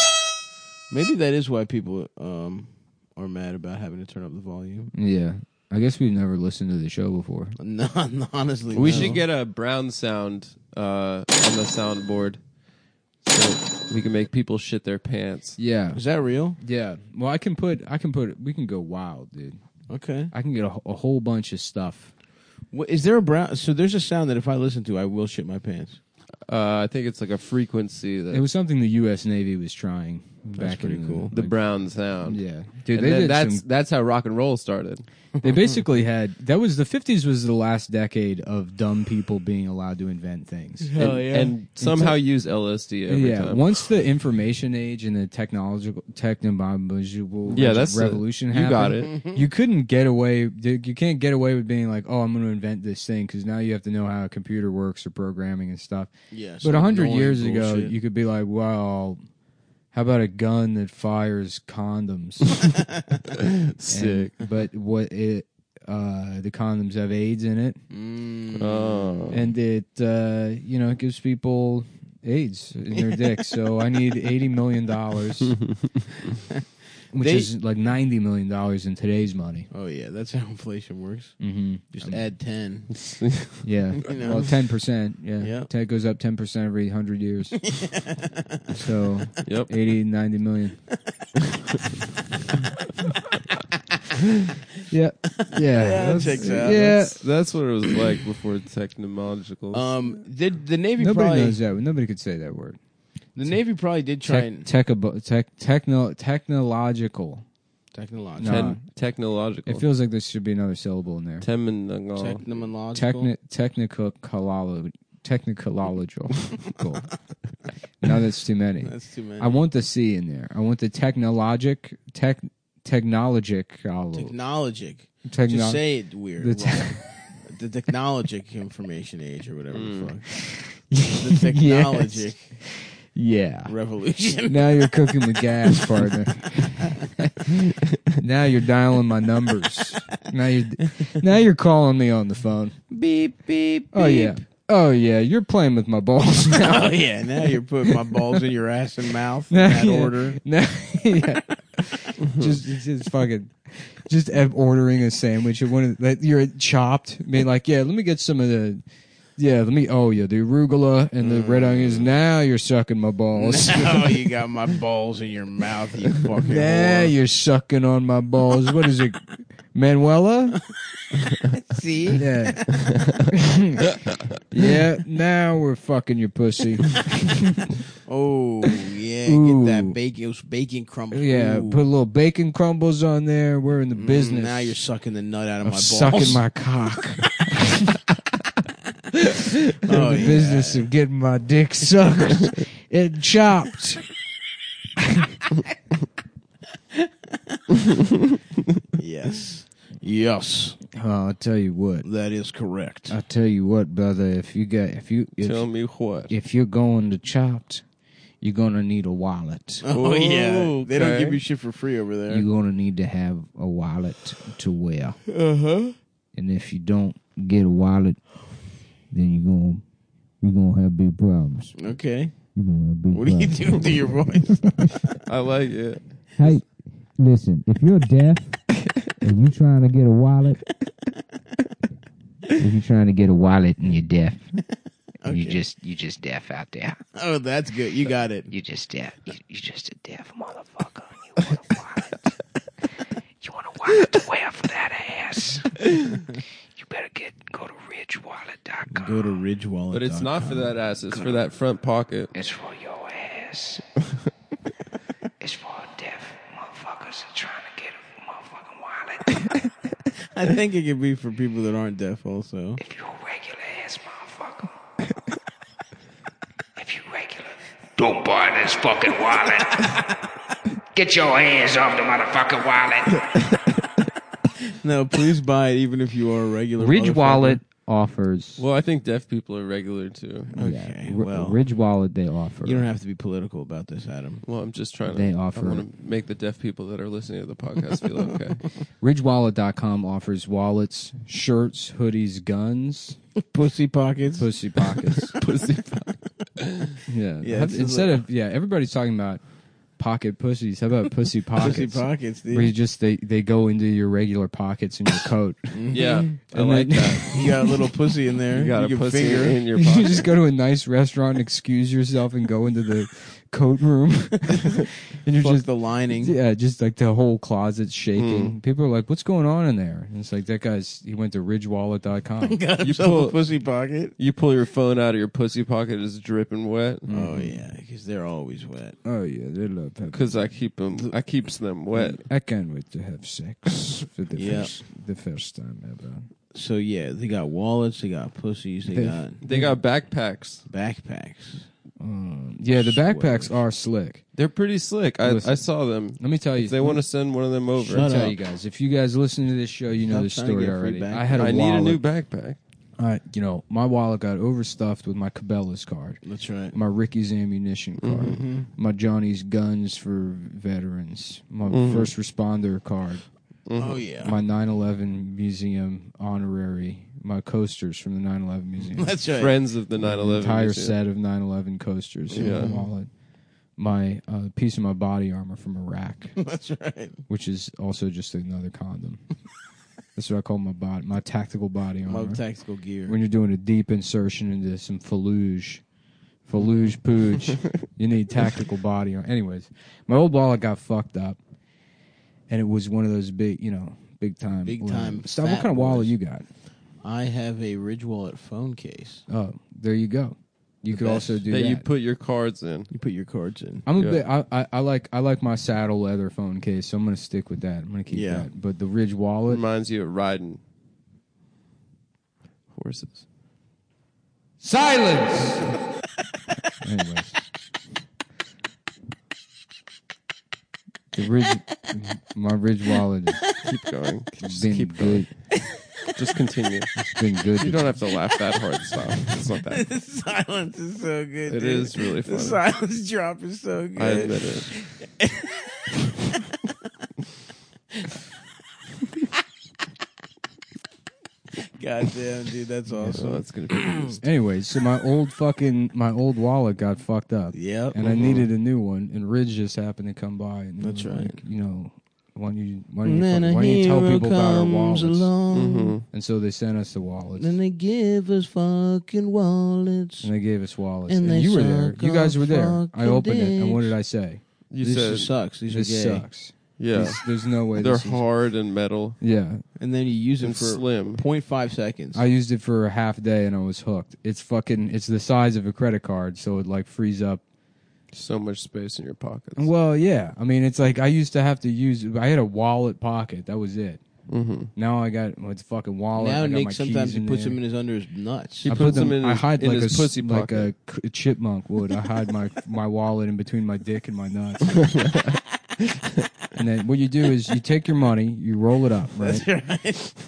A: Maybe that is why people um are mad about having to turn up the volume.
B: Yeah. I guess we've never listened to the show before.
A: (laughs) No, honestly,
C: We
A: no.
C: should get a brown sound uh, on the soundboard so we can make people shit their pants.
B: Yeah.
A: Is that real?
B: Yeah. Well, I can put I can put we can go wild, dude.
A: Okay.
B: I can get a, a whole bunch of stuff.
A: Wha- Is there a brown? So there's a sound that if I listen to, I will shit my pants.
C: Uh, I think it's like a frequency that
B: It was something the U.S. Navy was trying back
A: pretty
B: in the,
A: cool.
C: the
B: like,
C: brown sound.
B: yeah, dude.
C: And
B: They
C: then
B: did
C: that's
B: some,
C: that's how rock and roll started.
B: (laughs) They basically had that was the '50s was the last decade of dumb people being allowed to invent things.
C: and, and somehow use LSD (laughs) every
B: yeah,
C: time.
B: once the information age and the technological technological
C: Yeah, that's the-
B: revolution
C: you
B: happened,
C: got
B: You couldn't get away. You can't get away with being like, "Oh, I'm going to invent this thing," because now you have to know how a computer works or programming and stuff.
A: Yes.
B: But a hundred years ago,
A: bullshit.
B: you could be like, "Well, how about a gun that fires
A: (laughs)
B: condoms?"
C: Sick.
B: And- but what it uh, the condoms have AIDS in it,
A: Mm.
C: oh.
B: Mm. and it uh, you know it gives people AIDS in their dick. So I need eighty
A: (laughs)
B: million dollars, which
A: They-
B: is like ninety million dollars in today's money.
A: Oh yeah, that's how inflation works. Um,
B: Mm-hmm.
A: Just add (laughs) ten. (laughs)
B: Yeah,
A: know.
B: well, ten percent. Yeah,
A: Yep.
B: Ten- it goes up ten percent every
A: (laughs)
B: hundred years. so
C: Yep.
B: 80,
A: (laughs)
B: 90 million. yeah, yeah, that's-
A: checks out.
B: (laughs) Yeah, Uh,
C: That's, that's what it was like before technological.
A: Um, the the Navy
B: Nobody
A: probably
B: knows that. Nobody could say that word.
A: the Navy probably did try
B: Tech,
A: and
B: tech, tech, techno, technological.
A: technological,
B: No.
C: Ten, technological.
B: It feels like there should be another syllable in there.
C: Temenangal.
A: technological.
B: Techni- technical
A: (laughs)
B: technological. now that's too many.
A: That's too many.
B: I want the C in there. I want the technologic tech technologic techno-
A: Technologic.
B: techno-
A: Just
B: (laughs)
A: say it weird.
B: The
A: The, (laughs)
B: te-
A: the technologic information age or whatever the fuck.
B: (laughs) Yes.
A: The technologic
B: Yeah.
A: revolution.
B: Now you're cooking with gas, partner. now you're dialing my numbers. Now you now you're calling me on the phone.
A: (laughs) Beep, beep,
B: Oh
A: beep.
B: yeah. Oh yeah, you're playing with my balls now.
A: Oh, yeah. Now you're putting my balls in your ass and mouth in
B: No,
A: that
B: (laughs) yeah.
A: order.
B: No, yeah. just it's just fucking just ev- ordering a sandwich at one of like you're at chopped being like yeah let me get some of the yeah let me oh yeah the arugula and the red
A: Mm.
B: onions now you're sucking my
A: (laughs)
B: balls
A: Now you got my balls in your mouth,
B: (laughs)
A: you fucking
B: now
A: whore.
B: you're sucking on my balls what is it Manuela
A: (laughs) See?
B: yeah (laughs) yeah now we're fucking your pussy
A: Oh, yeah.
B: Ooh.
A: Get that bacon, those bacon crumbles.
B: yeah
A: Ooh.
B: put a little bacon crumbles on there we're in the
A: Mm,
B: business
A: Now you're sucking the nut out of,
B: of
A: my
B: sucking
A: balls.
B: my (laughs) cock.
A: Oh,
B: the
A: yeah.
B: business of getting my dick sucked and chopped.
A: (laughs) Yes. Yes.
B: Oh, I'll tell you what.
A: That is correct.
B: I'll tell you what, brother. If you got, if you,
C: Tell
B: if,
C: me what.
B: if you're going to chopped, you're gonna need a wallet.
A: (laughs) Oh, yeah. They don't
C: okay.
A: give you shit for free over there.
B: You're gonna need to have a wallet to wear.
A: Uh huh.
B: And if you don't get a wallet, then you're gonna you're gonna have big problems.
A: Okay.
B: You're gonna have big
A: What are you
B: problems.
A: doing to your voice? (laughs)
C: I like it.
B: Hey, listen, if you're deaf and you trying to get a wallet, if you're trying to get a wallet and you're deaf, and you
A: Okay.
B: just you just deaf out there.
A: Oh, that's good. You got it.
B: You just deaf. You, you just a deaf motherfucker.
E: You want a wallet to wear for that ass? you better get go to ridgewallet.com.
A: Go to Ridge Wallet.
C: But it's not for that ass. It's for that front pocket.
E: It's for your ass. it's for deaf motherfuckers that trying to get a motherfucking wallet.
A: I think it could be for people that aren't deaf, also.
E: if you a regular ass motherfucker. if you regular, don't buy this fucking wallet. (laughs) get your hands off the motherfucking wallet.
A: No, please buy it, even if you are a regular.
B: Ridge
A: motherfucker.
B: Wallet offers.
C: Well, I think deaf people are regular too.
A: Okay.
B: R-
A: well,
B: Ridge Wallet they offer.
A: you don't have to be political about this, Adam.
C: Well, I'm just trying to.
B: They
C: I
B: offer-
C: want to make the deaf people that are listening to the podcast feel okay.
B: (laughs)
C: (laughs)
B: RidgeWallet.com offers wallets, shirts, hoodies, guns,
A: Pussy pockets. (laughs)
B: pussy pockets.
C: Pussy.
B: Yeah.
A: Yeah,
B: How-
A: it's just
B: instead
A: like-
B: of yeah, everybody's talking about pocket pussies. How about pussy
A: (laughs)
B: pockets?
A: Pussy pockets, dude.
B: Where you just they, they go into your regular
A: (laughs)
B: pockets in your coat.
C: Yeah, I
B: Mm-hmm. And
C: like
B: then- (laughs)
C: that.
A: You got a little pussy in there.
C: (laughs) You got a
A: can
C: pussy
A: finger.
C: in your
B: you
C: pocket.
B: just go to a nice restaurant and excuse yourself and go into the coat
A: (laughs)
B: room. and you're
A: Fuck
B: just
A: the (laughs) Hmm. lining.
B: yeah, just like the whole closet shaking. People are like, "What's going on in there?" And it's like that guy's he went
A: (laughs)
B: to ridgewallet.com.
A: Got
C: You
A: himself
C: pull-
A: a pussy pocket.
C: You pull your phone out of your pussy pocket, it's dripping wet.
B: Mm.
A: Oh yeah, because they're always wet.
B: oh yeah, they love having
C: Cause I keep them, I keeps them wet.
B: I can't wait to have sex for the
A: Yeah.
B: first the first time ever.
A: So yeah, they got wallets. They got pussies. They
B: They-
A: got
C: They got backpacks.
A: backpacks.
B: Um, yeah, the backpacks are slick.
C: They're pretty slick. I,
B: Listen. Mm.
C: I saw them.
B: Let me tell you,
C: If they want to send one of them over.
A: Shut
B: tell
A: up.
B: you guys. If you guys listen to this show, you know
A: Stop
B: this
A: trying to
B: story
A: get free
B: already.
A: back-
B: I had a
C: I need
B: wallet.
C: a new backpack.
B: I, you know, my wallet got overstuffed with my Cabela's card,
A: That's right.
B: my Ricky's ammunition card, my Johnny's guns for veterans, my first responder card,
A: Oh yeah,
B: my 9/11 museum honorary, my coasters from the 9/11 (laughs) museum,
A: that's right.
C: Friends of the 9/11.
B: entire
C: museum.
B: set of 9/11 coasters in
C: Yeah.
B: my wallet, my uh, piece of my body armor
A: (laughs)
B: from Iraq.
A: That's right.
B: which is also just
A: (laughs)
B: another condom. That's what I call my body, my tactical body armor.
A: Love tactical gear.
B: Uh-huh. when you're doing a deep insertion into some Fallujah, Fallujah
A: (laughs)
B: pooge, you need tactical body armor. Anyways, my old wallet got fucked up, and it was one of those big, you know, big time,
A: Big
B: wallet.
A: time
B: Stop. What
A: fat
B: kind of wallet
A: boys.
B: you got?
A: I have a Ridge Wallet phone case.
B: Oh, there you go. You could
A: best.
B: also do
C: that
B: that.
C: you put your cards in.
A: You put your cards in.
B: I'm a
C: Yeah.
B: bit. I, I, I like. I like my saddle leather phone case, so I'm gonna stick with that. I'm gonna keep
A: Yeah.
B: that. But the Ridge wallet,
C: Reminds you of riding horses.
B: Silence.
C: (laughs)
B: Anyways. The ridge, my ridge wallet
C: Keep going.
B: (laughs) has
C: Just
B: been
C: keep going.
B: good.
C: Just continue.
B: It's been good.
C: You don't have to laugh that hard. Stop.
B: (laughs)
C: It's not that.
A: (laughs) The silence is so good.
C: It
A: dude.
C: is really
A: The
C: funny.
A: silence (laughs) drop is so good.
C: I admit it.
A: God damn, dude, that's
C: So
A: awesome.
C: that's
B: (clears throat)
C: gonna be. used.
B: Anyways, so my old fucking my old wallet got fucked up.
A: Yep.
B: And I
C: Mm-hmm.
B: needed a new one, and Ridge just happened to come by. And
A: That's
B: was
A: right.
B: Like, you know, why don't you why
A: Mm-hmm.
B: don't you, fucking- why don't you tell people about our wallets? Mm-hmm.
A: along,
C: Mhm.
B: And so they sent us the wallets,
A: and they give us fucking wallets.
B: and they gave us wallets.
A: And
B: And,
A: they
B: you were there.
A: suck
B: You guys
A: on
B: were there. I
A: fucking
B: opened it, and what
A: dicks.
B: did I say?
C: You
A: this
C: said,
A: just sucks. These
B: this
A: are gay.
B: sucks.
C: yeah.
B: This- there's no way.
C: They're
B: this is-
C: hard and metal
B: Yeah,
A: And then you use it
C: and
A: for
C: slim.
A: 0.5 seconds.
B: I used it for a half day, and I was hooked. It's fucking. It's the size of a credit card, so it like frees up
C: So much space in your pockets.
B: Well, yeah. I mean, it's like I used to have to use. I had a wallet pocket. That was it.
C: Mhm.
B: Now I got well, it's a fucking wallet. I
A: Mm-hmm. now
B: got
A: Nick
B: my
A: sometimes
B: keys
A: he puts
B: there.
A: them in his under his nuts.
C: He
B: I
C: puts
B: put them.
C: them in
B: I
C: his-
B: hide
C: in
B: like
C: his
B: a
C: pussy
B: like a
C: pocket.
B: c- chipmunk would. I hide my (laughs) my wallet in between my dick and my
C: (laughs)
B: nuts. and then what you do is you take your money, you roll it up, right?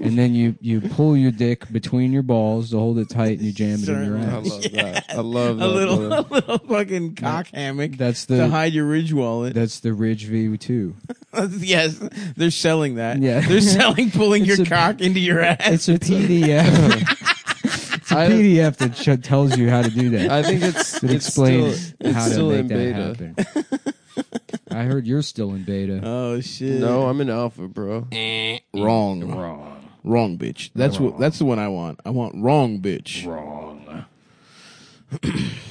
B: And then you you pull your dick between your balls to hold it tight, and you jam it in your
A: Certainly.
C: I
B: ass. (laughs)
C: love that. I love that.
A: A little,
C: brother.
A: (laughs) a little fucking cock hammock
B: uh, That's
A: to
B: the
A: hide your ridge wallet.
B: that's the Ridge V
C: (laughs)
B: two.
A: (laughs) yes, they're selling that.
B: Yeah.
A: they're selling pulling
B: It's
A: your
B: a-
A: cock into your ass.
B: It's a
C: (laughs)
B: PDF. it's a
C: I-
B: PDF that sh- tells you how to do that.
C: I think it's
B: it
C: it's
B: explains
C: still,
B: how
C: it's still
B: to
C: in
B: make
C: beta.
B: that happen. I heard you're still in beta.
A: Oh shit!
C: No, I'm an alpha, bro.
A: wrong,
C: Uh,
A: wrong, wrong, bitch. That's what. That's the one I want. I want wrong, bitch.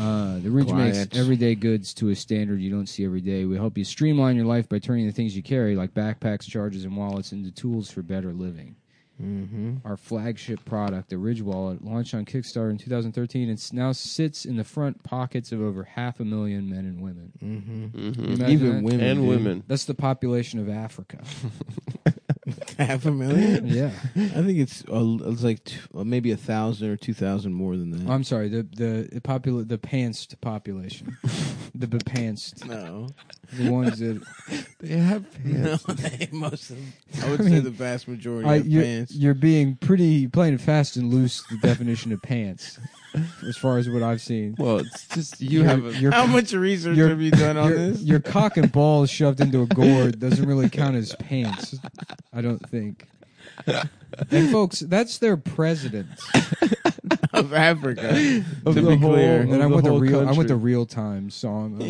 B: Uh, the Ridge
A: Quiet.
B: makes everyday goods to a standard you don't see every day. We help you streamline your life by turning the things you carry, like backpacks, chargers, and wallets, into tools for better living. Mm-hmm. Our flagship product, the Ridge Wallet, launched on Kickstarter in 2013 and s- now sits in the front pockets of over half a million men and women. Mm-hmm.
A: Even women
C: And
A: dude.
C: women.
B: That's the population of Africa.
A: (laughs) half a million.
B: yeah.
A: I think it's uh, it's like t- uh, maybe a thousand or two thousand more than that.
B: I'm sorry, the the, the popula- the pantsed population. the bepantsed.
A: no,
B: The ones that
C: They have pants.
A: (laughs) most of. I would
B: I
A: say
B: mean,
A: the vast majority
B: I,
A: of
B: you're,
A: pants.
B: you're being pretty playing fast and loose the definition of pants as far as what I've seen.
C: Well, it's just you
B: Your-
C: have a
B: your-
A: How much research
B: your-
A: have you done on
B: your,
A: this?
B: your cock and balls shoved into a gourd doesn't really count as pants, I don't think. And folks, that's their president
A: of Africa.
B: (laughs) of
A: to
B: the
A: be
B: whole.
A: clear,
B: and
A: of
B: I
A: the
B: want the
A: whole
B: real. I want
A: country.
B: the real
A: (laughs)
B: time song. (laughs)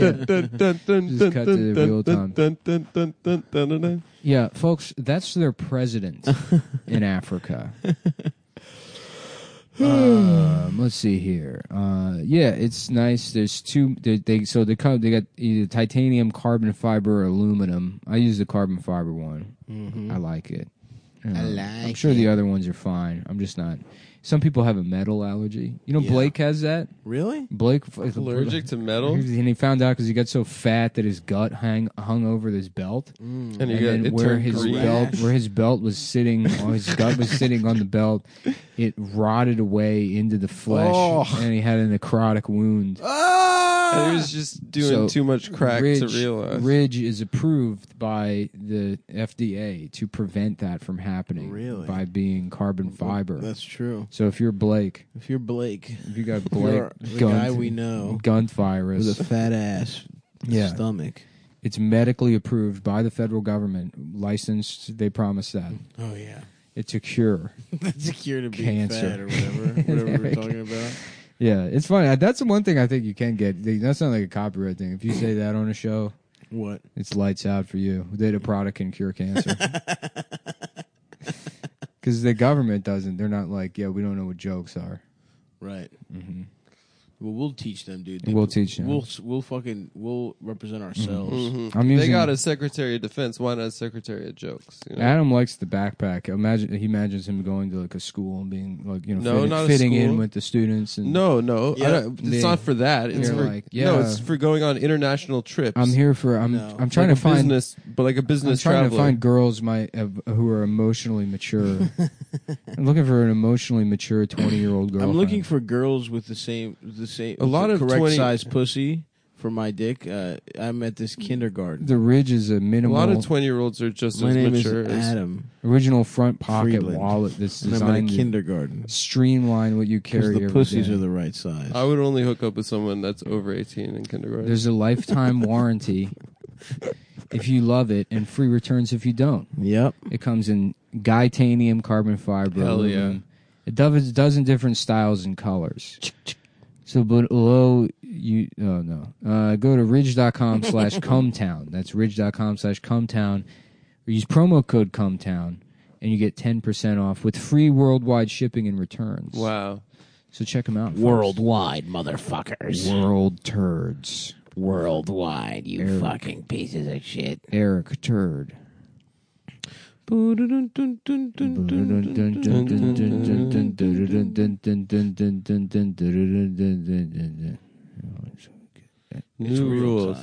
B: Just cut to the real time.
C: That's
B: Yeah, folks, that's their (laughs) president in (laughs) Africa. Um, let's see here. Uh, yeah, it's nice. There's two. They, they so they come. They got either titanium, carbon fiber, or aluminum. I use the carbon fiber one. I like it. Mm-hmm. I like I'm sure the other ones are fine. I'm just not. Some people have a metal allergy. You know,
A: Yeah.
B: Blake has that.
A: Really?
B: Blake
C: allergic to metal,
B: And he found out because he got so fat that his gut hung hung over this belt
C: and you
B: and
C: got
B: then
C: it
B: where
C: turned
B: his
C: green.
B: belt where his belt was sitting or his gut was sitting on the belt it rotted away into the flesh
C: Oh.
B: and he had a necrotic wound Ah!
C: And he was just
B: So,
C: doing too much crack
B: ridge,
C: to realize.
B: ridge is approved by the fda to prevent that from happening
A: Really?
B: by being carbon fiber
A: That's true.
B: so if you're blake
A: If you're Blake,
B: if you got blake
A: you're the
B: gun,
A: guy we know
B: gun
A: with
B: virus
A: a fat ass
B: Yeah.
A: stomach.
B: it's medically approved by the federal government licensed they promised that
A: Oh yeah, (laughs)
B: it's a cure
A: that's a cure to be
B: Cancer.
A: fat or
B: (laughs)
A: whatever. Whatever we're talking about.
B: Yeah, it's funny. Uh, That's the one thing I think you can get. They- That's not like a copyright thing. If you say that on a show,
A: What?
B: it's lights out for you. That a product can cure
C: (laughs)
B: cancer. Because the government doesn't. They're not like, yeah, we don't know what jokes are.
A: Right. Well, we'll teach them, dude.
B: Mm-hmm. We'll teach them. Mm-hmm.
A: We'll we'll fucking we'll represent ourselves.
B: I'm
C: Mm. they
B: using-
C: got a Secretary of Defense. Why not a Secretary of Jokes? You know?
B: Adam likes the backpack. Imagine he imagines him going to like a school and being like you know
C: No,
B: fitting,
C: not a
B: fitting in
C: school.
B: with the students. And
C: No, no, I
A: Yeah.
C: don't- it's
B: They-
C: not for that. It's
B: You're
C: for
B: like,
C: no,
B: yeah.
C: it's for going on international trips.
B: I'm here for I'm
A: No.
B: I'm trying
C: like
B: to
C: a
B: find
C: business, but like a
B: I'm
C: business
B: trying to
C: traveler.
B: find girls my uh, who are
A: (laughs)
B: emotionally mature. I'm looking for an emotionally mature 20 year old girl.
A: I'm looking for girls with the same the same
C: A lot
A: the
C: of
A: correct
C: 20
A: size pussy for my dick. Uh, I'm at this kindergarten.
B: the ridge is a
C: a
B: minimal
C: lot of twenty year olds are just
A: My
C: as
A: name is
C: mature as
A: Adam,
B: original front pocket
A: Friedland.
B: wallet that's
A: and I'm at a
B: designed to
A: kindergarten
B: streamline what you
A: because
B: carry.
A: the Oh.
B: every
A: pussies
B: day.
A: are the right size.
C: I would only hook up with someone that's over eighteen in kindergarten.
B: There's a
A: (laughs)
B: lifetime warranty if you love it, and free returns if you don't.
A: Yep.
B: It comes in titanium, carbon fiber.
C: Hell yeah.
B: aluminum. It does a dozen different styles and colors. So below you, oh no, uh, go to ridge.com slash cumtown. That's ridge.com slash cumtown. Or use promo code cumtown and you get 10% off with free worldwide shipping and returns.
C: wow,
B: So check them out. folks.
D: Worldwide, motherfuckers.
B: World turds.
D: Worldwide, you fucking pieces of shit.
B: Eric Turd.
C: new rules,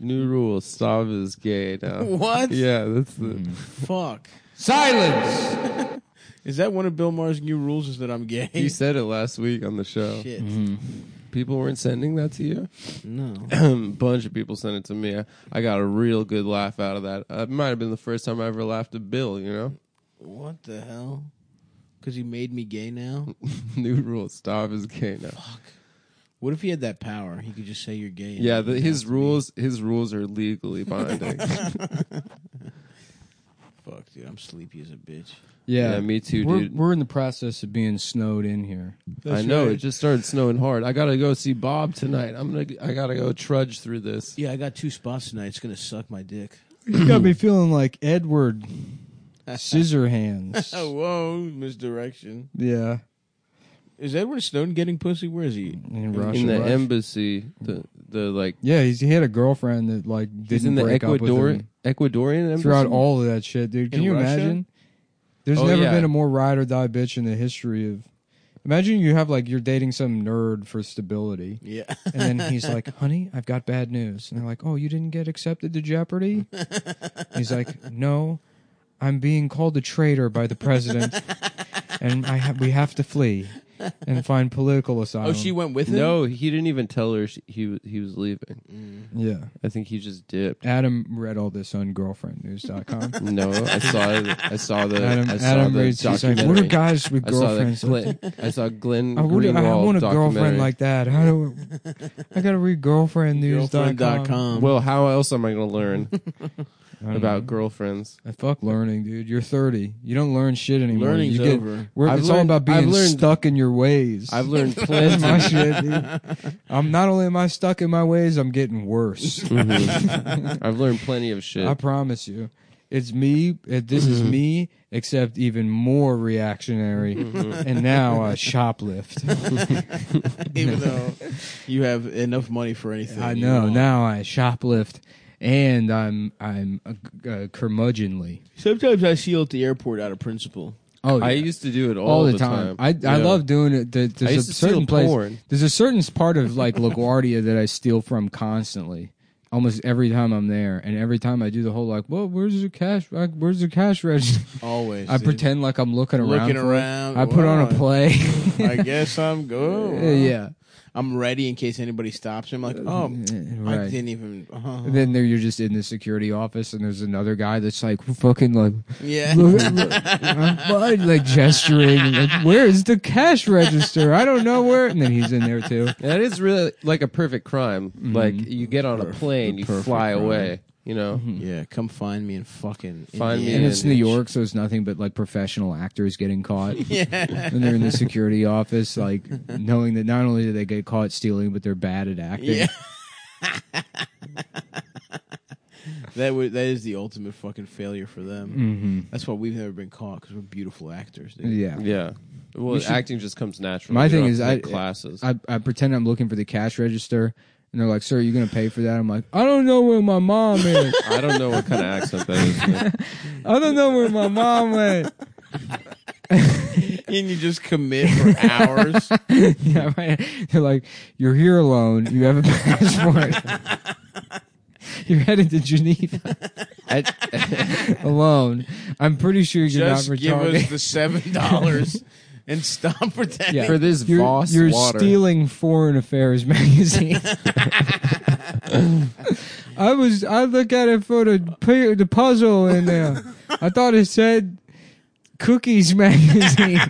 C: new rules. Stav is gay now.
A: (laughs) What? Mm.
C: Yeah, that's the.
A: Fuck.
B: Silence.
A: Is that one of Bill Maher's new rules? Is that I'm gay?
C: He said it last week on the
A: (laughs)
C: show.
A: Shit.
C: People weren't sending that to you. (clears throat)
A: No.
C: bunch of people sent it to me. I got a real good laugh out of that. Uh, It might have been the first time I ever laughed at Bill. You know, (laughs)
A: What the hell? Because he made me gay now?
C: new rule: Stav is gay now.
A: What if he had that power? He could just say you're gay. and
C: Yeah,
A: it
C: the,
A: wouldn't
C: his
A: have to be-
C: rules. His rules are
A: (laughs)
C: legally binding.
A: Fuck, dude. I'm sleepy as a bitch.
B: Yeah.
C: Yeah, me too,
B: we're,
C: dude.
B: We're in the process of being snowed in here.
C: I know it just started snowing hard. I gotta go see Bob tonight. I'm gonna. I gotta go trudge through this.
A: Yeah, I got two spots tonight. It's going to suck my dick.
B: You got me feeling like Edward (laughs)
C: (laughs)
B: Scissorhands.
C: Oh.
A: whoa. Misdirection.
B: yeah.
A: Is Edward Snowden getting pussy? Where is he?
B: In Russia.
C: In the
B: Russia.
C: embassy, the the like.
B: yeah, he's, he had a girlfriend that like didn't
C: He's in the
B: break up with
C: Ecuador
B: him
C: Ecuadorian embassy
B: throughout all of that shit, dude. Can
A: In
B: you
A: Russia?
B: imagine? There's
C: Oh,
B: never
C: yeah.
B: been a more ride or die bitch in the history of. Imagine you have like you're dating some nerd for stability.
A: Yeah.
B: And then he's like, "Honey, I've got bad news." And they're like, "Oh, you didn't get accepted to Jeopardy?" he's like, "No, I'm being called a traitor by the president, and I ha- we have to flee and find political asylum."
A: Oh, she went with him?
B: (laughs)
C: No, he didn't even tell her she, he was- he was leaving.
B: yeah.
C: I think he just dipped.
B: Adam read all this on girlfriendnews.com. (laughs)
C: No, I saw it. (laughs) I saw the.
B: Adam,
C: I saw
B: Adam
C: the
B: reads. He's like,
C: documentary.
B: "What are guys with
C: I saw the
B: girlfriends?" like
C: Glenn, I saw Glenn
B: I, would, I
C: Greenwald
B: want a girlfriend
C: documentary.
B: like that. How do I got to read girlfriendnews.com?
A: Girlfriend.com.
C: Well, how else am I going
B: (laughs)
C: to learn about girlfriends?
B: I fuck learning, dude. You're 30. You don't learn shit anymore.
A: Learning's
B: you get,
A: over.
B: we're-
C: I've
B: it's all
C: learned-
B: about being
C: I've learned-
B: stuck in your ways. (laughs)
C: I've learned
B: That's
C: plenty.
B: my shit, dude. I'm not only am I stuck in my ways, I'm getting
C: (laughs)
B: worse.
C: I've learned plenty of shit.
B: I promise you. It's me. it- This
C: Mm-hmm.
B: is me, except even more reactionary.
C: Mm-hmm.
B: And now I
C: (laughs)
B: shoplift. (laughs)
A: Even though you have enough money for anything.
B: I
A: you
B: know.
A: want.
B: Now I shoplift, and I'm I'm uh, uh, curmudgeonly.
A: Sometimes I seal at the airport out of principle.
B: Oh,
C: I
B: yeah.
C: used to do it all,
B: all, the time. I I
C: Yeah.
B: love doing it. There- There's
C: I used
B: a
C: to
B: certain
C: steal
B: place.
C: porn.
B: There's a certain part of like LaGuardia that I steal from constantly. Almost every time I'm there, and every time I do the whole like, "Well, where's the cash? like, Where's the cash register?"
A: Always.
B: I
A: dude.
B: pretend like I'm looking around.
A: Looking
B: for it.
A: around.
B: I put on a
A: Wow.
B: play. (laughs)
A: I guess I'm good.
B: yeah.
A: I'm ready in case anybody stops me. I'm like, oh, I
B: right.
A: didn't even. uh
B: Then there you're just in the security office, and there's another guy that's like fucking like,
A: (laughs)
B: (laughs)
A: Yeah.
B: look, look, I'm fine, like gesturing, and, like, where's the cash register? I don't know where. And then he's in there too.
C: That is really like a perfect crime.
B: Mm-hmm.
C: Like you get on a plane, you fly away. You know,
B: Mm-hmm.
A: Yeah, come find me and fucking
C: Find me
B: And
A: Indiana.
B: it's New York, so it's nothing but like professional actors
A: (laughs)
B: getting caught. (laughs) And they're in the security office, like knowing that not only do they get caught stealing, but they're bad at acting.
A: Yeah. (laughs) That would that is the ultimate
B: Mm-hmm.
A: fucking failure for them. That's why we've never been caught because we're beautiful actors. Dude.
B: Yeah.
C: yeah. Well,
B: should-
C: acting just comes naturally.
B: My
C: You don't
B: thing
C: have
B: is,
C: to
B: I
C: take classes.
B: I, I pretend I'm looking for the cash register, and they're like, "Sir, are you gonna pay for that?" I'm like, "I don't know where my mom is.
C: I don't know what kind of accent that is. man.
B: I don't know where my mom went." (laughs)
A: (laughs) and you just commit for hours.
B: yeah, right. They're like, "You're here alone. You have a (laughs) passport. You're headed
A: (laughs)
B: to Geneva (laughs) alone. I'm pretty sure (laughs) you're
A: just
B: not
A: give us
B: retarded."
A: the seven dollars and stop (laughs) pretending.
B: Yeah.
C: For this
B: You're,
C: Voss
B: you're
C: water.
B: stealing Foreign Affairs (laughs) magazine. I was I look at it for the pu- the puzzle in there. I thought it said Cookies (laughs) magazine.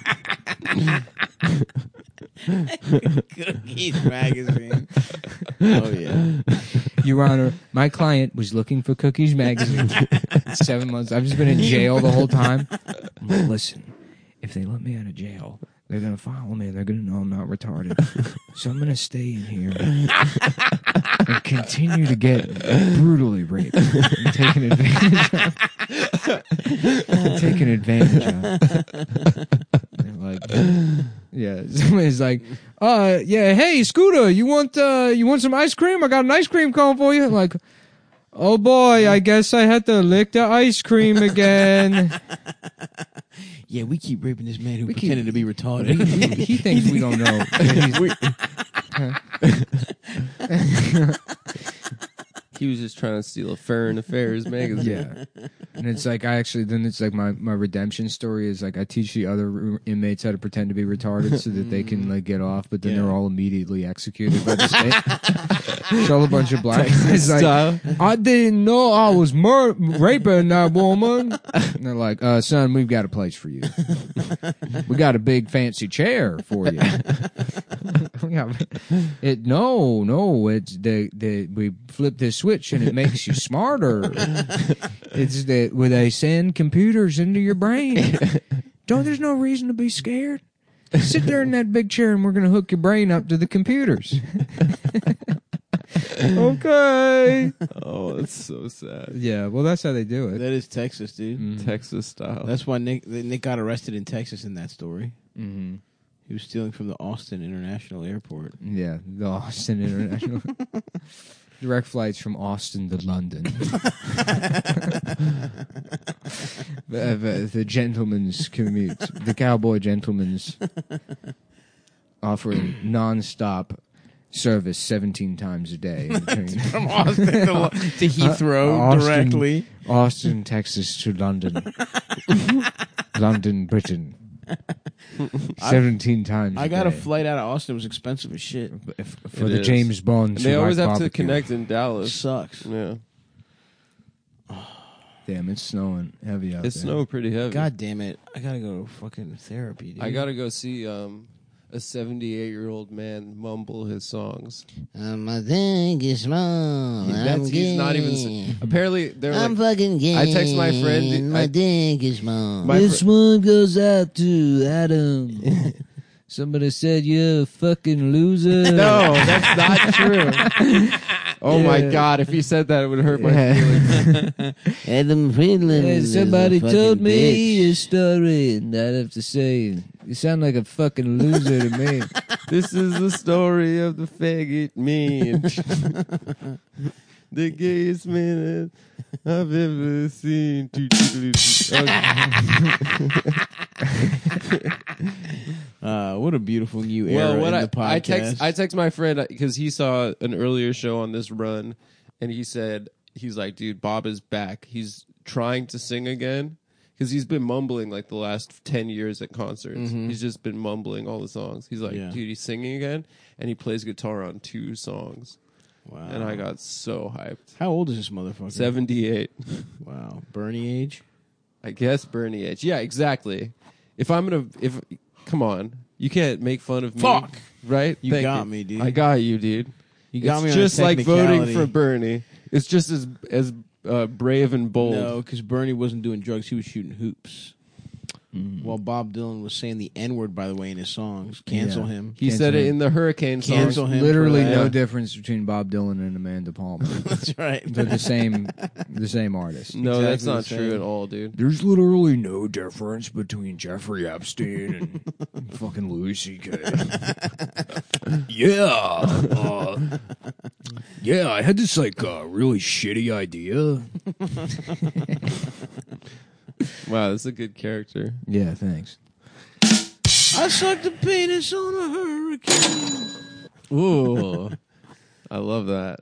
A: Cookies
B: (laughs)
A: magazine. oh yeah.
B: Your Honor, my client was looking for Cookies magazine. (laughs) Seven months. I've just been in jail the whole time. But listen, if they let me out of jail, they're gonna follow me. They're gonna know I'm not retarded. So I'm gonna stay in here and continue to get brutally raped, and taken advantage of. taken advantage of. They're like. Yeah, (laughs) somebody's like, uh, yeah, hey, Scooter, you want, uh, you want some ice cream? I got an ice cream cone for you. I'm like, oh boy, I guess I had to lick the ice cream again.
A: Yeah, we keep raping this man who
B: We keep-
A: pretended to be retarded.
B: he, he thinks we don't know. He's-
C: He was just trying to steal a Foreign Affairs magazine.
B: (laughs) yeah. And it's like, I actually, then it's like my, my redemption story is like, I teach the other r- inmates how to pretend to be retarded so that they can like get off, but then
A: Yeah.
B: they're all immediately executed by the state. it's all a bunch of black guys. Like, I didn't know I was mur- raping that woman. And they're like, uh, son, we've got a place for you. We got a big fancy chair for you. (laughs) We got- it no, no, it's the, the we flip this switch and it makes you smarter. It's that where they send computers into your brain. Don't there's no reason to be scared. Sit there in that big chair and we're gonna hook your brain up to the computers. (laughs) okay.
C: Oh, that's so sad.
B: Yeah, well, that's how they do
A: (laughs)
B: it.
A: that is Texas, dude.
B: Mm-hmm.
C: Mm. Texas style.
A: That's why Nick Nick got arrested in Texas in that story.
B: Mm-hmm.
A: He was stealing from the Austin International
B: (laughs)
A: Airport. (laughs)
B: Yeah, the Austin
C: (laughs)
B: International. Direct flights from Austin to London. (laughs) the, the, the gentleman's commute. The cowboy
C: (laughs)
B: gentleman's offering nonstop service 17 times a day. in between
A: From Austin to, Lo- to Heathrow
B: Uh, Austin.
A: directly.
B: (laughs) Austin, Texas to
C: (laughs)
B: London. London, Britain. 17 times
A: I got a
B: day.
A: flight out of Austin. It was expensive as shit.
B: If- for
C: It
B: the
C: is.
B: James Bond.
C: and they always have
B: Ciroc
C: to
B: barbecue.
C: connect in Dallas.
A: sucks.
C: Yeah,
B: Damn, it's snowing heavy out
C: it
B: there.
C: snowed pretty heavy.
A: God damn it! I gotta go to fucking therapy. Dude.
C: I gotta go see um, a 78 year old man mumble his songs.
D: Um, I think it's wrong. I'm
C: That's he's not even.
D: gay.
C: sing- Apparently, they're
D: I'm
C: like,
D: fucking gay.
C: I text my friend-
D: and
C: I-
D: My dick is small.
C: My This fr-
D: one goes out to Adam.
B: (laughs) Somebody said you're a fucking loser.
C: (laughs)
B: (laughs)
C: no, that's not true. oh my
B: Yeah.
C: god, if he said that, it would hurt my
D: Adam Friedland. is a fucking bitch.
B: your story, and I have to say, you sound like a fucking loser to me.
C: This is the story of the faggot (laughs) man. the gayest man I've ever seen. Okay.
A: Uh, what a beautiful new era
C: Well, what
A: in
C: I,
A: the podcast.
C: I text I text my friend because he saw an earlier show on this run, and he said he's like, dude, Bob is back. He's trying to sing again because he's been mumbling like the last ten years at concerts. He's just been mumbling all the songs. He's like,
A: Yeah.
C: dude, he's singing again, and he plays guitar on two songs.
A: wow.
C: And I got so hyped.
A: How old is this motherfucker?
C: 78.
A: Wow, Bernie age.
C: I guess Bernie Edge. Yeah, exactly. If I'm gonna, if come on, you can't make fun of me.
A: Fuck.
C: right?
A: You
C: Thank
A: got me, dude.
C: I got you, dude.
A: You got
C: it's
A: me on a
C: just like voting
A: technicality.
C: for Bernie. It's just as as uh, brave and bold.
A: No, because Bernie wasn't doing drugs; he was shooting hoops. while Bob Dylan was saying the N word, by the way, in his songs. Cancel
B: Yeah.
A: him.
C: He
B: Cancel
C: said it
B: him.
C: in the Hurricane song.
A: Cancel him.
B: (laughs) Literally
A: for that.
B: no
C: Yeah.
B: difference between Bob Dylan and Amanda (laughs)
A: (laughs)
B: Palmer.
A: That's right.
B: They're the same, the same artist.
C: No, that's
A: Exactly
C: not
A: the
C: true
A: same.
C: at all, dude.
B: There's literally no difference between Jeffrey Epstein (laughs) and fucking Louis C.K. yeah, uh, yeah. I had this like uh, really shitty idea.
C: Wow, that's a good character.
B: Yeah, thanks.
A: I sucked a penis on a hurricane.
C: Ooh, (laughs) I love that.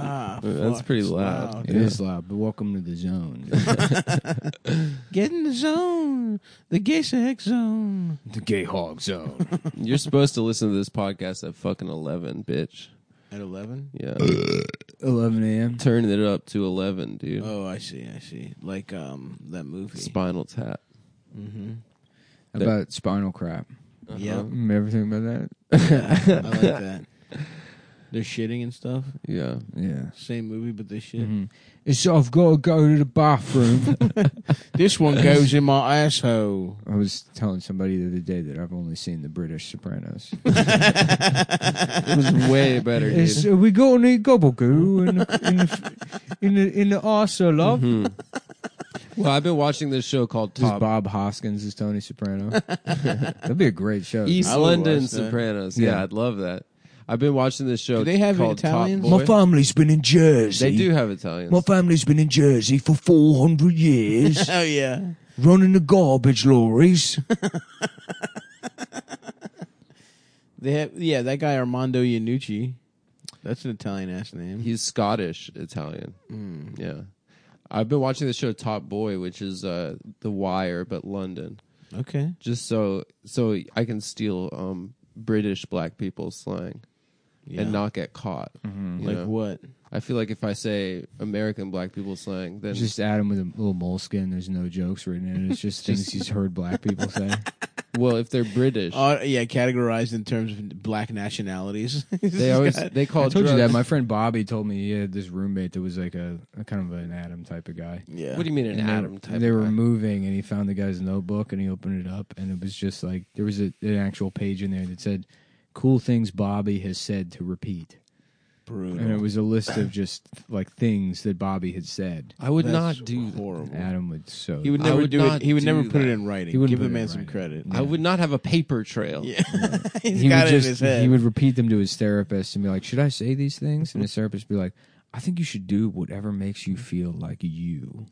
A: Ah,
C: That's
A: fuck,
C: pretty
A: it's
C: loud.
B: It is loud, but welcome to the zone, (laughs)
A: Get in the zone. The gay sex zone.
B: the gay um, hog zone.
C: You're supposed to listen to this podcast at fucking eleven, bitch.
A: At 11?
C: Yeah,
B: 11 a.m.
C: turning it up to eleven, dude.
A: Oh, I see. I see. Like um that movie.
C: Spinal Tap.
A: Mm-hmm.
B: About spinal crap.
A: Yeah.
B: Remember Mm, everything
A: (laughs)
B: about
A: I like that. They're shitting and stuff.
C: Yeah,
B: that? Yeah.
A: Same movie, but they
C: Mm-hmm.
A: shit.
B: It's I've got to go to the (laughs) bathroom.
A: This (laughs) one goes in my asshole.
B: I was telling somebody the other day that I've only seen the British Sopranos.
C: it was way better,
B: It's,
C: dude.
B: uh, we got any gobble goo in the in the, in the, in the arse, love.
C: Well, I've been watching this show called
B: This is
C: Top
B: Bob Hoskins is Tony (laughs) Soprano. That'd be a great show.
C: East
A: I would
C: London
A: watch that.
C: Sopranos. Yeah.
B: Yeah.
C: I'd love that. I've been watching this show.
A: Do they have
C: called
A: Italians?
C: Top Boy.
B: family's been in Jersey.
C: They do have Italians.
B: family's been in Jersey for four hundred years,
A: Oh yeah.
B: running the garbage lorries.
A: They have yeah, that guy Armando Iannucci. That's an Italian ass name.
C: He's Scottish Italian.
A: Mm.
C: Yeah. I've been watching the show Top Boy, which is uh, The Wire, but London.
A: okay.
C: Just so so I can steal um, British black people's slang
A: Yeah. Mm-hmm.
C: and not get caught. you
A: like
C: know?
A: what?
C: I feel like if I say American black people's slang, then
B: Just add him with a little moleskin. There's no jokes written in it. It's just things he's heard black people say.
C: well, if they're British,
A: Uh, yeah, categorized in terms of black nationalities. (laughs)
C: they always they call
B: I told
C: drugs.
B: you that. My friend Bobby told me he had this roommate that was like a, a kind of an Adam type of guy.
A: yeah.
C: what do you mean an
B: And they-
C: Adam type?
B: They
C: of
B: were
C: guy?
B: moving, and he found the guy's notebook, and he opened it up, and it was just like there was a, an actual page in there that said "cool things Bobby has said to repeat," and it
A: Brutal.
B: was a list of just like things that Bobby had said.
C: I would
A: That's
C: not do that.
A: horrible.
B: Adam would so
A: He would
C: I
A: never
C: would
A: do it.
C: not
A: He would
C: do
A: never put it
C: that.
A: in writing.
B: He wouldn't
A: Give
B: put
A: the
B: it
A: man
B: in
A: some
B: writing.
A: credit.
C: I would not have a paper trail.
A: Yeah. He's
B: he
A: got it
B: would
A: in his
B: just
A: head.
B: he would repeat them to his therapist and be like, "Should I say these things?" And his therapist would be like, "I think you should do whatever makes you feel like you."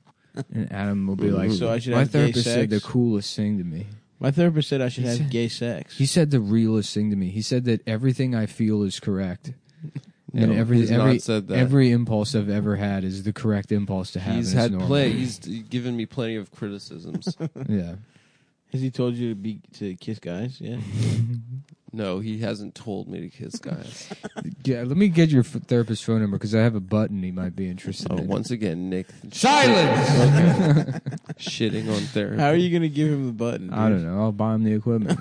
B: And Adam will be like,
A: (laughs) So I should
B: "My
A: have gay
B: therapist said the
A: sex?"
B: coolest thing to me."
A: My therapist said I should
B: He
A: have
B: said-
A: gay sex.
B: He said the realest thing to me. He said that everything I feel is correct. and every
C: he's not
B: every
C: said that.
B: every impulse I've ever had is the correct impulse to have.
C: He's
B: and it's
C: had
B: normal.
C: play. He's given me plenty of criticisms.
B: Yeah.
A: Has he told you to be to kiss guys?
B: (laughs)
A: Yeah.
C: no, he hasn't told me to kiss guys.
B: Yeah, let me get your f- therapist's phone number because I have a button he might be interested
C: Oh,
B: in.
C: once again, Nick.
B: Silence!
C: (laughs) Okay. Shitting on therapy.
A: How are you gonna give him the button?
B: I don't know. I'll buy him the equipment.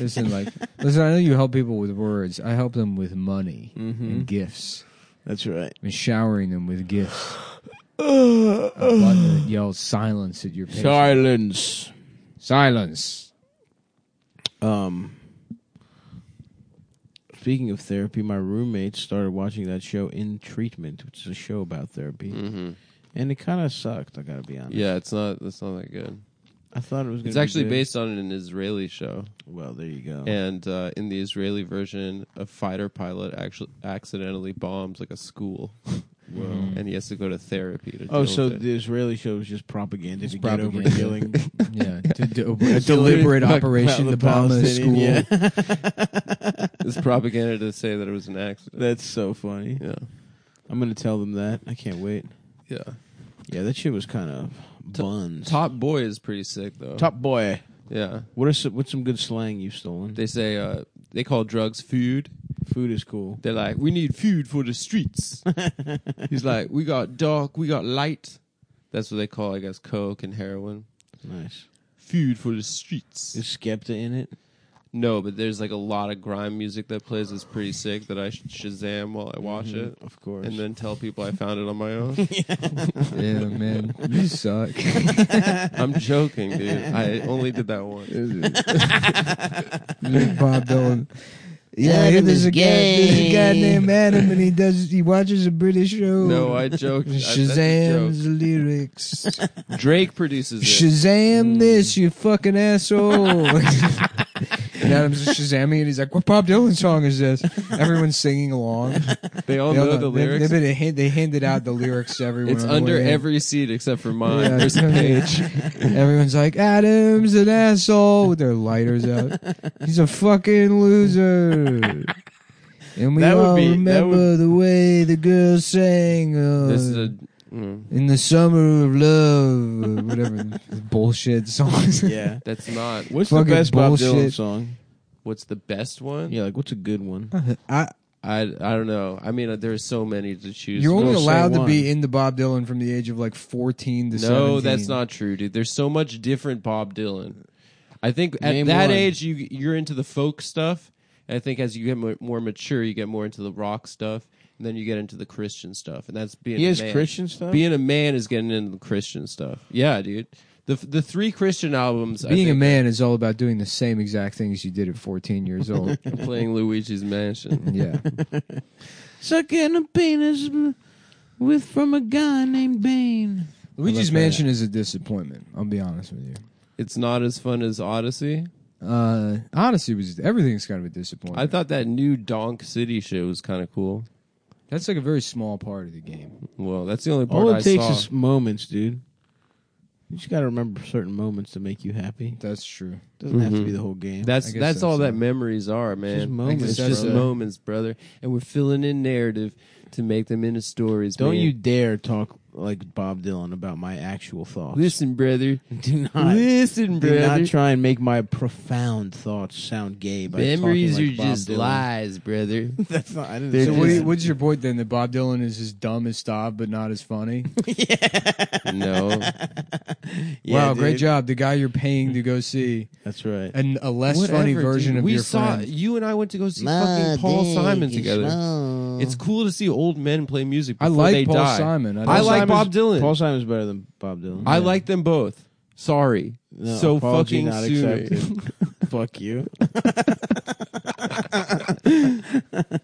B: listen, like, listen. I know you help people with words. I help them with money and gifts.
A: That's right.
B: And showering them with gifts. a button that yells silence at your patient.
A: Silence.
B: Silence.
A: Um. Speaking of therapy, my roommate started watching that show in treatment, which is a show about therapy,
B: Mm-hmm.
C: hmm
A: and it kind of sucked. I gotta be honest.
C: Yeah, it's not. That's not that good.
A: I thought it was. Gonna
C: It's
A: be
C: actually
A: good.
C: based on an Israeli show,
A: Well, there you go.
C: and uh, in the Israeli version, a fighter pilot actually accidentally bombs like a school, and he has to go to therapy to.
A: oh,
C: deal
A: so
C: with it.
A: the Israeli show was just propaganda
B: It's
A: to
B: propaganda.
A: get over killing.
B: (laughs) Yeah, to do, a deliberate
A: Fuck (laughs)
B: operation
A: about
B: to
A: the Palestinian,
B: bomb a school.
A: Yeah. (laughs)
C: it's propaganda to say that it was an accident.
A: That's so funny.
C: Yeah,
A: I'm gonna tell them that. I can't wait.
C: yeah.
A: Yeah, that shit was kind of buns.
C: Top Boy is pretty sick though.
A: Top boy.
C: Yeah.
A: What are some, what's some good slang you've stolen?
C: They say uh, they call drugs food.
A: Food is cool.
C: They're like, we need food for
A: (laughs)
C: the streets. He's like, we got dark, we got light. That's what they call, I guess, coke and heroin.
A: Nice.
C: Food for the streets.
A: Is Skepta in it?
C: No, but there's like a lot of grime music that plays that's pretty sick that I sh- Shazam while I watch
B: Mm-hmm.
C: it.
A: Of course.
C: And then tell people I found it on
B: (laughs)
C: my own. (laughs)
B: yeah, man, you suck.
C: I'm joking, dude. I only did that once.
B: Bob Dylan. Yeah,
D: Adam
B: there's
D: is
B: a guy, there's a guy
D: gay.
B: named Adam, and he does he watches a British show.
C: No, I joked. I- that's a
B: Shazam's
C: (laughs)
B: lyrics.
C: joke. Drake produces it. Hmm.
B: Shazam this, you fucking asshole. (laughs) and Adam's Shazamming, and he's like, "What Bob Dylan song is this?" Everyone's singing
C: (laughs)
B: along.
C: they all
B: They
C: know
B: all know-
C: the
B: they-
C: lyrics.
B: They, they, hand- they handed out the lyrics to everyone.
C: it's
B: on the
C: under
B: way in.
C: every seat except for mine.
B: Yeah.
C: There's a page.
B: Everyone's like, Adam's an asshole with their lighters out. He's a fucking loser. And we
A: That would
B: all
A: be- that
B: remember the way the girls sang uh,
C: This is a. mm,
B: in the summer of love, or whatever bullshit
A: (laughs)
B: songs.
A: yeah.
C: that's not.
A: What's the
B: Fucking
A: best Bob Dylan
B: bullshit.
A: song?
C: What's the best one?
A: Yeah, like what's a good one?
B: I,
C: I I don't know. I mean, there's so many to choose.
B: you're
C: from.
B: only
A: don't say
B: allowed to
A: one.
B: be into Bob Dylan from the age of like 14 to 17.
C: No, that's not true, dude. There's so much different Bob Dylan. I think at
A: Name
C: that
A: one.
C: age you you're into the folk stuff. And I think as you get mo- more mature, you get more into the rock stuff, and then you get into the Christian stuff, and that's being
A: He
C: a
A: has
C: man.
A: Christian stuff?
C: Being a man is getting into the Christian stuff. Yeah, dude. The the three Christian albums. I
B: Being a
C: think,
B: man is all about doing the same exact things you did at 14 years old.
C: (laughs) playing
A: (laughs)
C: Luigi's Mansion.
B: yeah.
A: Sucking a penis with from a guy named Bane.
B: Luigi's Mansion is a disappointment. I'll be honest with you.
C: It's not as fun as Odyssey.
B: Uh, honestly, it was everything's kind of a disappointment.
C: I thought that new Donk City shit was kind of cool.
B: that's like a very small part of the game.
C: Well, that's the only part
A: All it
C: I
A: takes
C: saw.
A: is moments, dude. You just gotta remember certain moments to make you happy.
B: That's true.
A: Doesn't have to be the whole game.
C: That's
B: I guess
C: that's
B: that's
C: all that
B: it.
C: memories are, man.
A: just moments,
C: It's just
B: brother.
C: moments, brother. And we're filling in narrative to make them into stories.
A: Don't
C: man.
A: you dare talk like Bob Dylan about my actual thoughts.
C: listen, brother?
A: (laughs) do not
C: listen,
A: do
C: brother.
A: not try and make my profound thoughts sound gay. By
C: memories are
A: talking like Bob
C: just
A: Dylan.
C: lies, brother.
A: (laughs) That's not. I didn't say
C: They're
B: So what
A: that.
B: do you, what's your point then? That Bob Dylan is as dumb as Stav, but not as funny.
C: no,
A: Yeah,
B: wow, great
A: dude.
B: job! The guy you're paying to go see
A: That's right.
B: and a less
C: Whatever,
B: funny version
C: dude.
B: of
C: we
B: your
C: saw
B: friend.
C: you and I went to go see fucking Paul Simon together. It's cool to see old men play music.
B: I
C: Before
B: like
C: they
B: Paul
C: die.
B: Simon. I
C: I,
B: Paul
C: like
A: Simon's-
C: Bob Dylan.
A: Paul Simon's better than Bob Dylan.
C: I like them both. Sorry,
A: No,
C: so
A: apology
C: fucking
A: not
C: sue me.
A: (laughs) accepted. Fuck you.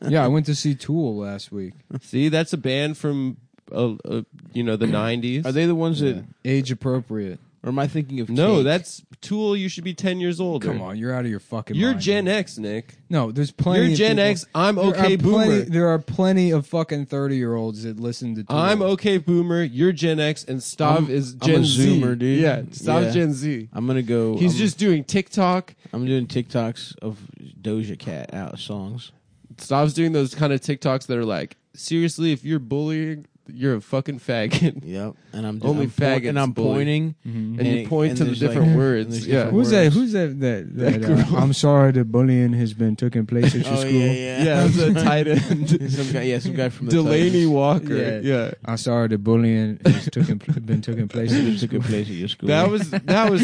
B: yeah, I went to see Tool last week.
C: (laughs) See, that's a band from uh, uh, you know the nineties.
A: Are they the ones that?
B: Age appropriate.
A: Or am I thinking of?
C: No,
A: Cake?
C: that's Tool. You should be ten years older.
B: Come on, you're out of your fucking.
C: you're
B: mind.
C: Gen X, Nick.
B: No, there's plenty.
C: You're
B: of
C: Gen
B: people-
C: X. I'm
B: There
C: okay,
B: are plenty-
C: boomer.
B: there are plenty of fucking thirty year olds that listen to. Tool.
C: I'm okay, boomer. You're Gen X, and Stav
A: I'm-
C: is
A: I'm
C: Gen
A: a
C: Z.
A: Zoomer, dude.
C: Yeah, Stav
A: Yeah.
C: Gen Z.
A: I'm gonna go.
C: He's
A: I'm,
C: just doing TikTok.
A: I'm doing TikToks of Doja Cat out songs.
C: Stav's doing those kind of TikToks that are like, seriously, if you're bullying, you're a
A: (laughs)
C: fucking faggot.
A: Yep. And I'm
C: Only
A: I'm po-
C: faggots
A: and I'm
C: bully.
A: pointing,
C: And you
A: it-
C: point to the
A: there's,
C: different
A: like-
C: words.
A: and there's
C: Yeah.
A: different
B: Mm-hmm. Who's that?
A: words.
B: Who's that? That, that,
C: (laughs)
B: uh, I'm sorry, the bullying has been taking place at your
A: Oh,
B: school.
A: yeah, yeah.
C: Yeah, that's a tight end.
A: (laughs) some guy, yeah, some guy from the
C: Delaney
A: Titans.
C: Walker.
B: Yeah.
C: Yeah.
B: I'm sorry, the bullying has taken, been taking place at your
A: took a
B: school.
A: place at your school. (laughs)
C: That was that was.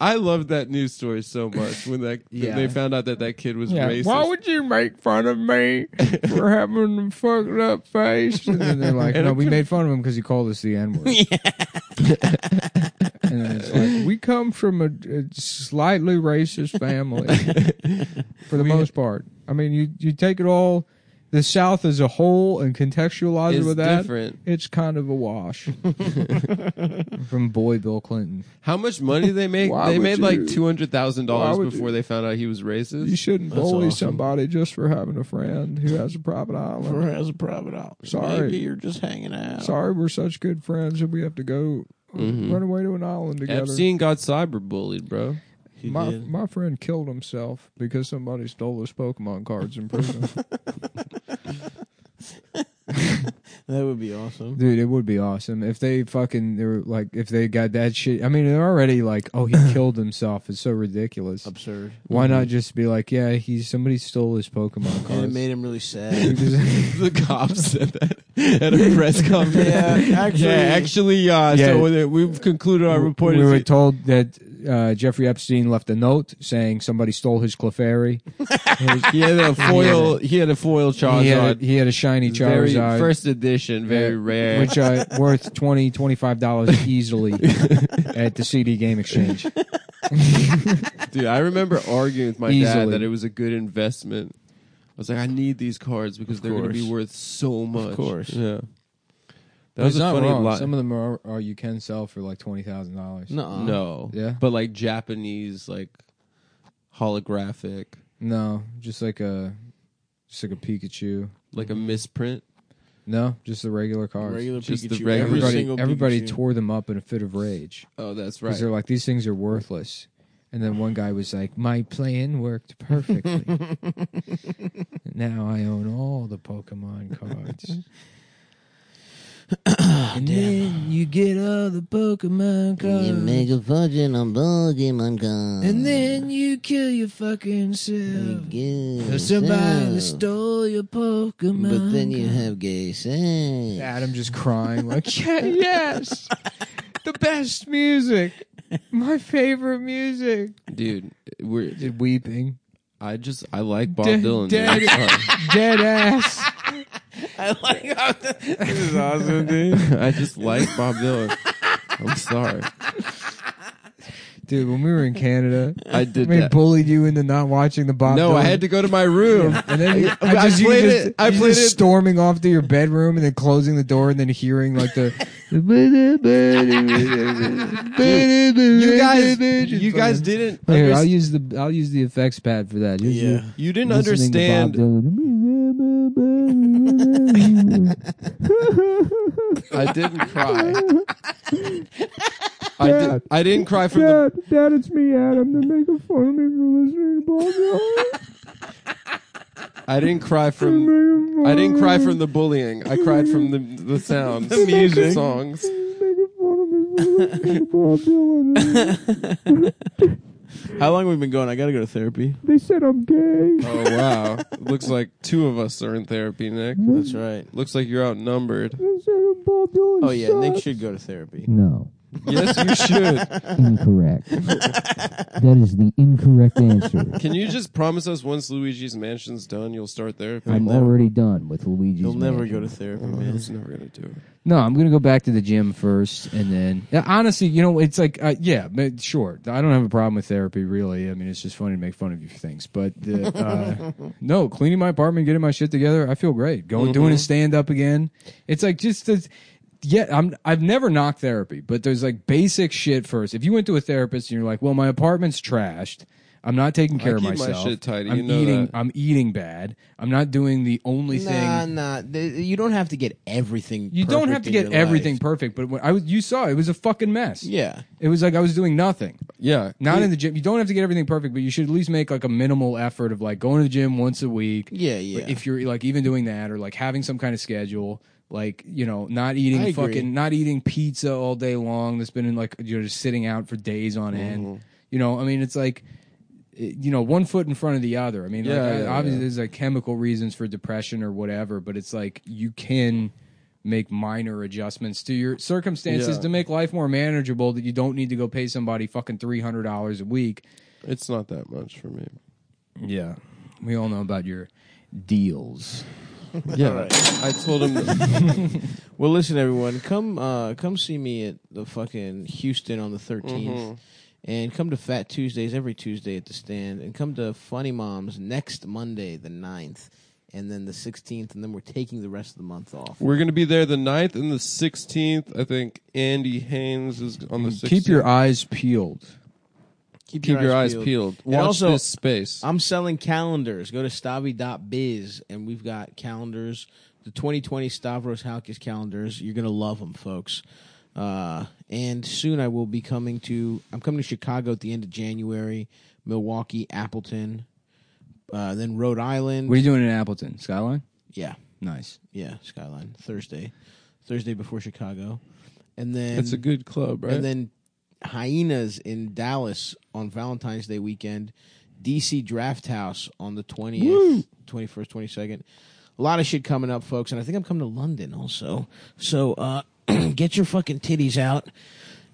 C: I loved that news story so much when that
B: Yeah.
C: they found out that that kid was racist.
B: would you make fun of me (laughs) for having a fucked up face? And then they're like, no, we made fun of him because he called us the N word. and then it's like, we come from a, a slightly racist family for the most part. I mean, you, you take it all, the South as a whole, and contextualize it
C: It's
B: with that.
C: different.
B: It's kind of a wash. (laughs) from boy Bill Clinton.
C: How much money did they make?
B: Why
C: they
B: would
C: made like
B: you?
C: two hundred thousand
B: Why
C: dollars
B: would
C: before they found out he was racist.
B: You shouldn't
A: That's
B: bully
A: awesome.
B: somebody just for having a friend who has a private island.
A: as a private out.
B: Sorry.
A: Maybe you're just hanging out.
B: Sorry, we're such good friends that we have to go uh, run away to an island together.
C: Epstein got cyberbullied, bro.
A: He
B: My
A: did.
B: my friend killed himself because somebody stole his Pokemon cards in prison.
A: That would be awesome.
B: Dude, it would be awesome if they fucking they were like if they got that shit. I mean, they're already like, oh, he killed himself. It's so ridiculous.
A: Absurd.
B: Why not just be like, yeah, he's somebody stole his
A: And
B: Pokemon
A: it
B: cards.
A: made him really
B: He
C: (laughs)
A: sad.
B: just-
C: the cops said that (laughs) at a press conference.
A: yeah, actually,
C: Yeah, actually, uh,
B: Yeah.
C: so we- we've concluded our report.
B: we
C: is
B: were
C: he-
B: told that uh, Jeffrey Epstein left a note saying somebody stole his Clefairy. His-
C: (laughs) He had a foil. He had a foil Charizard.
B: he, had a, he had a shiny
C: very
B: Charizard,
C: first edition, very
B: uh,
C: rare.
B: which uh, worth 20
A: (laughs)
B: dollars easily at the CD game exchange.
C: Dude, I remember arguing with my dad
B: Easily.
C: that it was a good investment. I was like, I need these cards because they're going to be
A: course.
C: worth so much.
A: course.
C: yeah. That
B: That
C: was
B: was
C: a
B: not
C: funny
B: wrong.
C: lie.
B: Some of them are, are you can sell for like twenty thousand dollars.
C: Um,
A: No,
C: no,
B: Yeah.
C: but like Japanese, like holographic,
B: no, just like a just like a Pikachu.
C: like a misprint.
B: No, just the regular cards.
A: regular
C: Mm-hmm. Just the
A: Pikachu.
C: regular-
A: every
B: everybody
A: single
B: everybody
A: Pikachu.
B: tore them up in a fit of rage
C: Oh, that's
B: because they're like these things are worthless. And then one guy was like, "My plan worked perfectly.
D: (laughs)
B: now I own all the Pokemon
D: (coughs)
B: cards." and then you get all the Pokemon cards.
D: You make a fortune on Pokemon cards.
B: And then you kill your fucking self.
D: Good.
B: Cause somebody
D: So,
B: stole your Pokemon.
D: But then you have gay sex.
B: Adam just crying like, (laughs) yeah,
D: (laughs)
B: yes, the best music, my favorite music.
C: Dude, we're,
B: Weeping,
C: I just I like Bob
B: Dead-
C: Dylan.
B: dead-
C: dude. It's (laughs) fun.
B: dead ass.
A: (laughs) I like how this is awesome, dude.
C: (laughs) I just like Bob Dylan. I'm sorry.
B: (laughs) Dude, when we were in Canada,
C: I did
B: we
C: that.
B: bullied you into not watching the Bob.
C: no, I
B: Dylan.
C: had to go to my room.
B: And then you-
C: (laughs) I
B: I just,
C: played
B: you
C: it-
B: just,
C: I
B: you
C: played
B: just
C: it-
B: storming off to your bedroom and then closing the door and then hearing like the
C: You
B: you
C: (laughs) guys, you guys didn't.
B: Here, I'll
C: understand-
B: use the I'll use the effects pad for that. Just
A: Yeah.
C: you didn't understand.
B: (laughs)
C: I didn't cry. I, did, I didn't cry from the.
B: Dad, it's me, Adam. They're making fun of me for listening to Bob
C: I didn't cry from. I didn't cry from the bullying. I cried from the the sounds, the
A: music.
C: songs.
A: How long have we been going? I gotta go to therapy.
C: Oh wow! Looks like two of us are in therapy, Nick.
A: That's right.
C: Looks like you're outnumbered.
A: Mm. Oh yeah, Nick should go to therapy.
F: No,
C: Yes, (laughs) you should.
A: (laughs)
F: incorrect. that is the incorrect answer.
C: Can you just promise us once Luigi's Mansion's done, you'll start therapy?
F: I'm
A: never-
F: already done with Luigi's.
A: He'll never
F: Mansion.
A: go to therapy,
C: Oh,
A: man.
C: that's never gonna do it.
B: No, I'm gonna go back to the gym first, and then Yeah, honestly, you know, it's like, uh, yeah, but sure, I don't have a problem with therapy, really. I mean, it's just funny to make fun of you for things, but uh,
C: (laughs)
B: uh, no, cleaning my apartment, getting my shit together, I feel great. Going
C: Mm-hmm.
B: doing a stand up again, it's like just this. Yeah, I'm. I've never knocked therapy, but there's like basic shit first. If you went to a therapist and you're like, "Well, my apartment's trashed. I'm not taking care of
C: keep my
B: myself.
C: shit tidy,
B: I'm
C: you know
B: eating.
C: that."
B: I'm eating bad. I'm not doing the only
A: Nah,
B: thing
A: nah. th- You don't have to get everything.
B: you don't
A: perfect
B: have to
A: in
B: get
A: your
B: everything
A: life.
B: perfect, but when I was, you saw it was a fucking mess.
A: Yeah.
B: it was like I was doing nothing.
C: Yeah,
B: Not in the gym. You don't have to get everything perfect, but you should at least make like a minimal effort of like going to the gym once a week.
A: Yeah, yeah.
B: If you're like even doing that or like having some kind of schedule, like you know, not eating
A: agree.
B: fucking, not eating pizza all day long. That's been in like you're just sitting out for days on
C: Mm-hmm.
B: end. You know, I mean, it's like it- you know, one foot in front of the other. I mean,
C: Yeah,
B: like, I-
C: yeah,
B: obviously
C: yeah.
B: there's like chemical reasons for depression or whatever, but it's like you can make minor adjustments to your circumstances
C: Yeah.
B: to make life more manageable that you don't need to go pay somebody fucking $300 a week.
C: it's not that much for me.
B: Yeah. We all know about your deals.
C: (laughs) Yeah,
A: right.
C: I told him.
A: Well, listen, everyone, come uh, come see me at the fucking Houston on the 13th and come to Fat Tuesdays every Tuesday at the stand, and come to Funny Moms next Monday, the 9th, and then the sixteenth, and then we're taking the rest of the month off.
C: We're gonna be there the 9th and the 16th. I think Andy Haynes is on the 16th.
B: Keep your eyes peeled.
C: keep your eyes peeled.
A: And
C: Watch
A: also,
C: this space.
A: I'm selling calendars. Go to stavi.biz and we've got calendars. The 2020 Stavros Halkis calendars. You're going to love them, folks. Uh, and soon I will be coming to I'm coming to Chicago at the end of January, Milwaukee, Appleton, uh, then Rhode Island.
B: What are you doing in Appleton? Skyline?
A: yeah.
B: Nice.
A: Yeah, Skyline Thursday. Thursday before Chicago. And then
C: it's a good club, right?
A: and then Hyenas in Dallas on Valentine's Day weekend. DC Draft House on the 20th, 21st, 22nd. A lot of shit coming up, (clears throat) folks. And I think I'm coming to London also. So uh, get your fucking titties out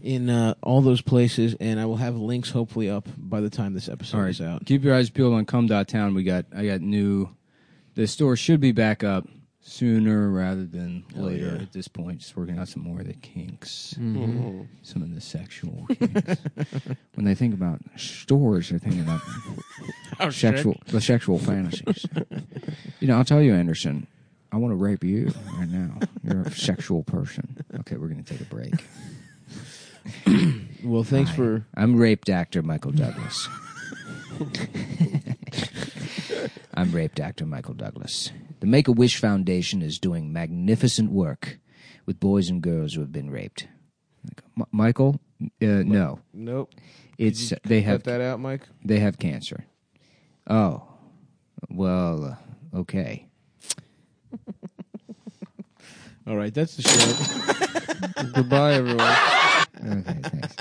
A: in uh, all those places, and I will have links hopefully up by the time this episode is out.
B: Keep your eyes peeled on cum.town. We got I got new the store should be back up sooner rather than later
A: yeah.
B: at this point. Just working out some more of the kinks. Some of the sexual kinks. (laughs) when they think about stores, they're thinking about sexual the sexual fantasies. you know, I'll tell you, Anderson, I want to rape you right now. You're a sexual person. Okay, we're gonna take a break.
A: Well, thanks for
B: I'm raped actor Michael Douglas. I'm raped actor Michael Douglas. The Make a Wish Foundation is doing magnificent work with boys and girls who have been raped. Like, "M- Michael, uh, no,
A: nope.
B: it's they have
A: Cut that out, Mike.
B: they have cancer. Oh, well, uh, okay.
A: All right, that's the show. (laughs)
B: Goodbye, everyone. okay, thanks.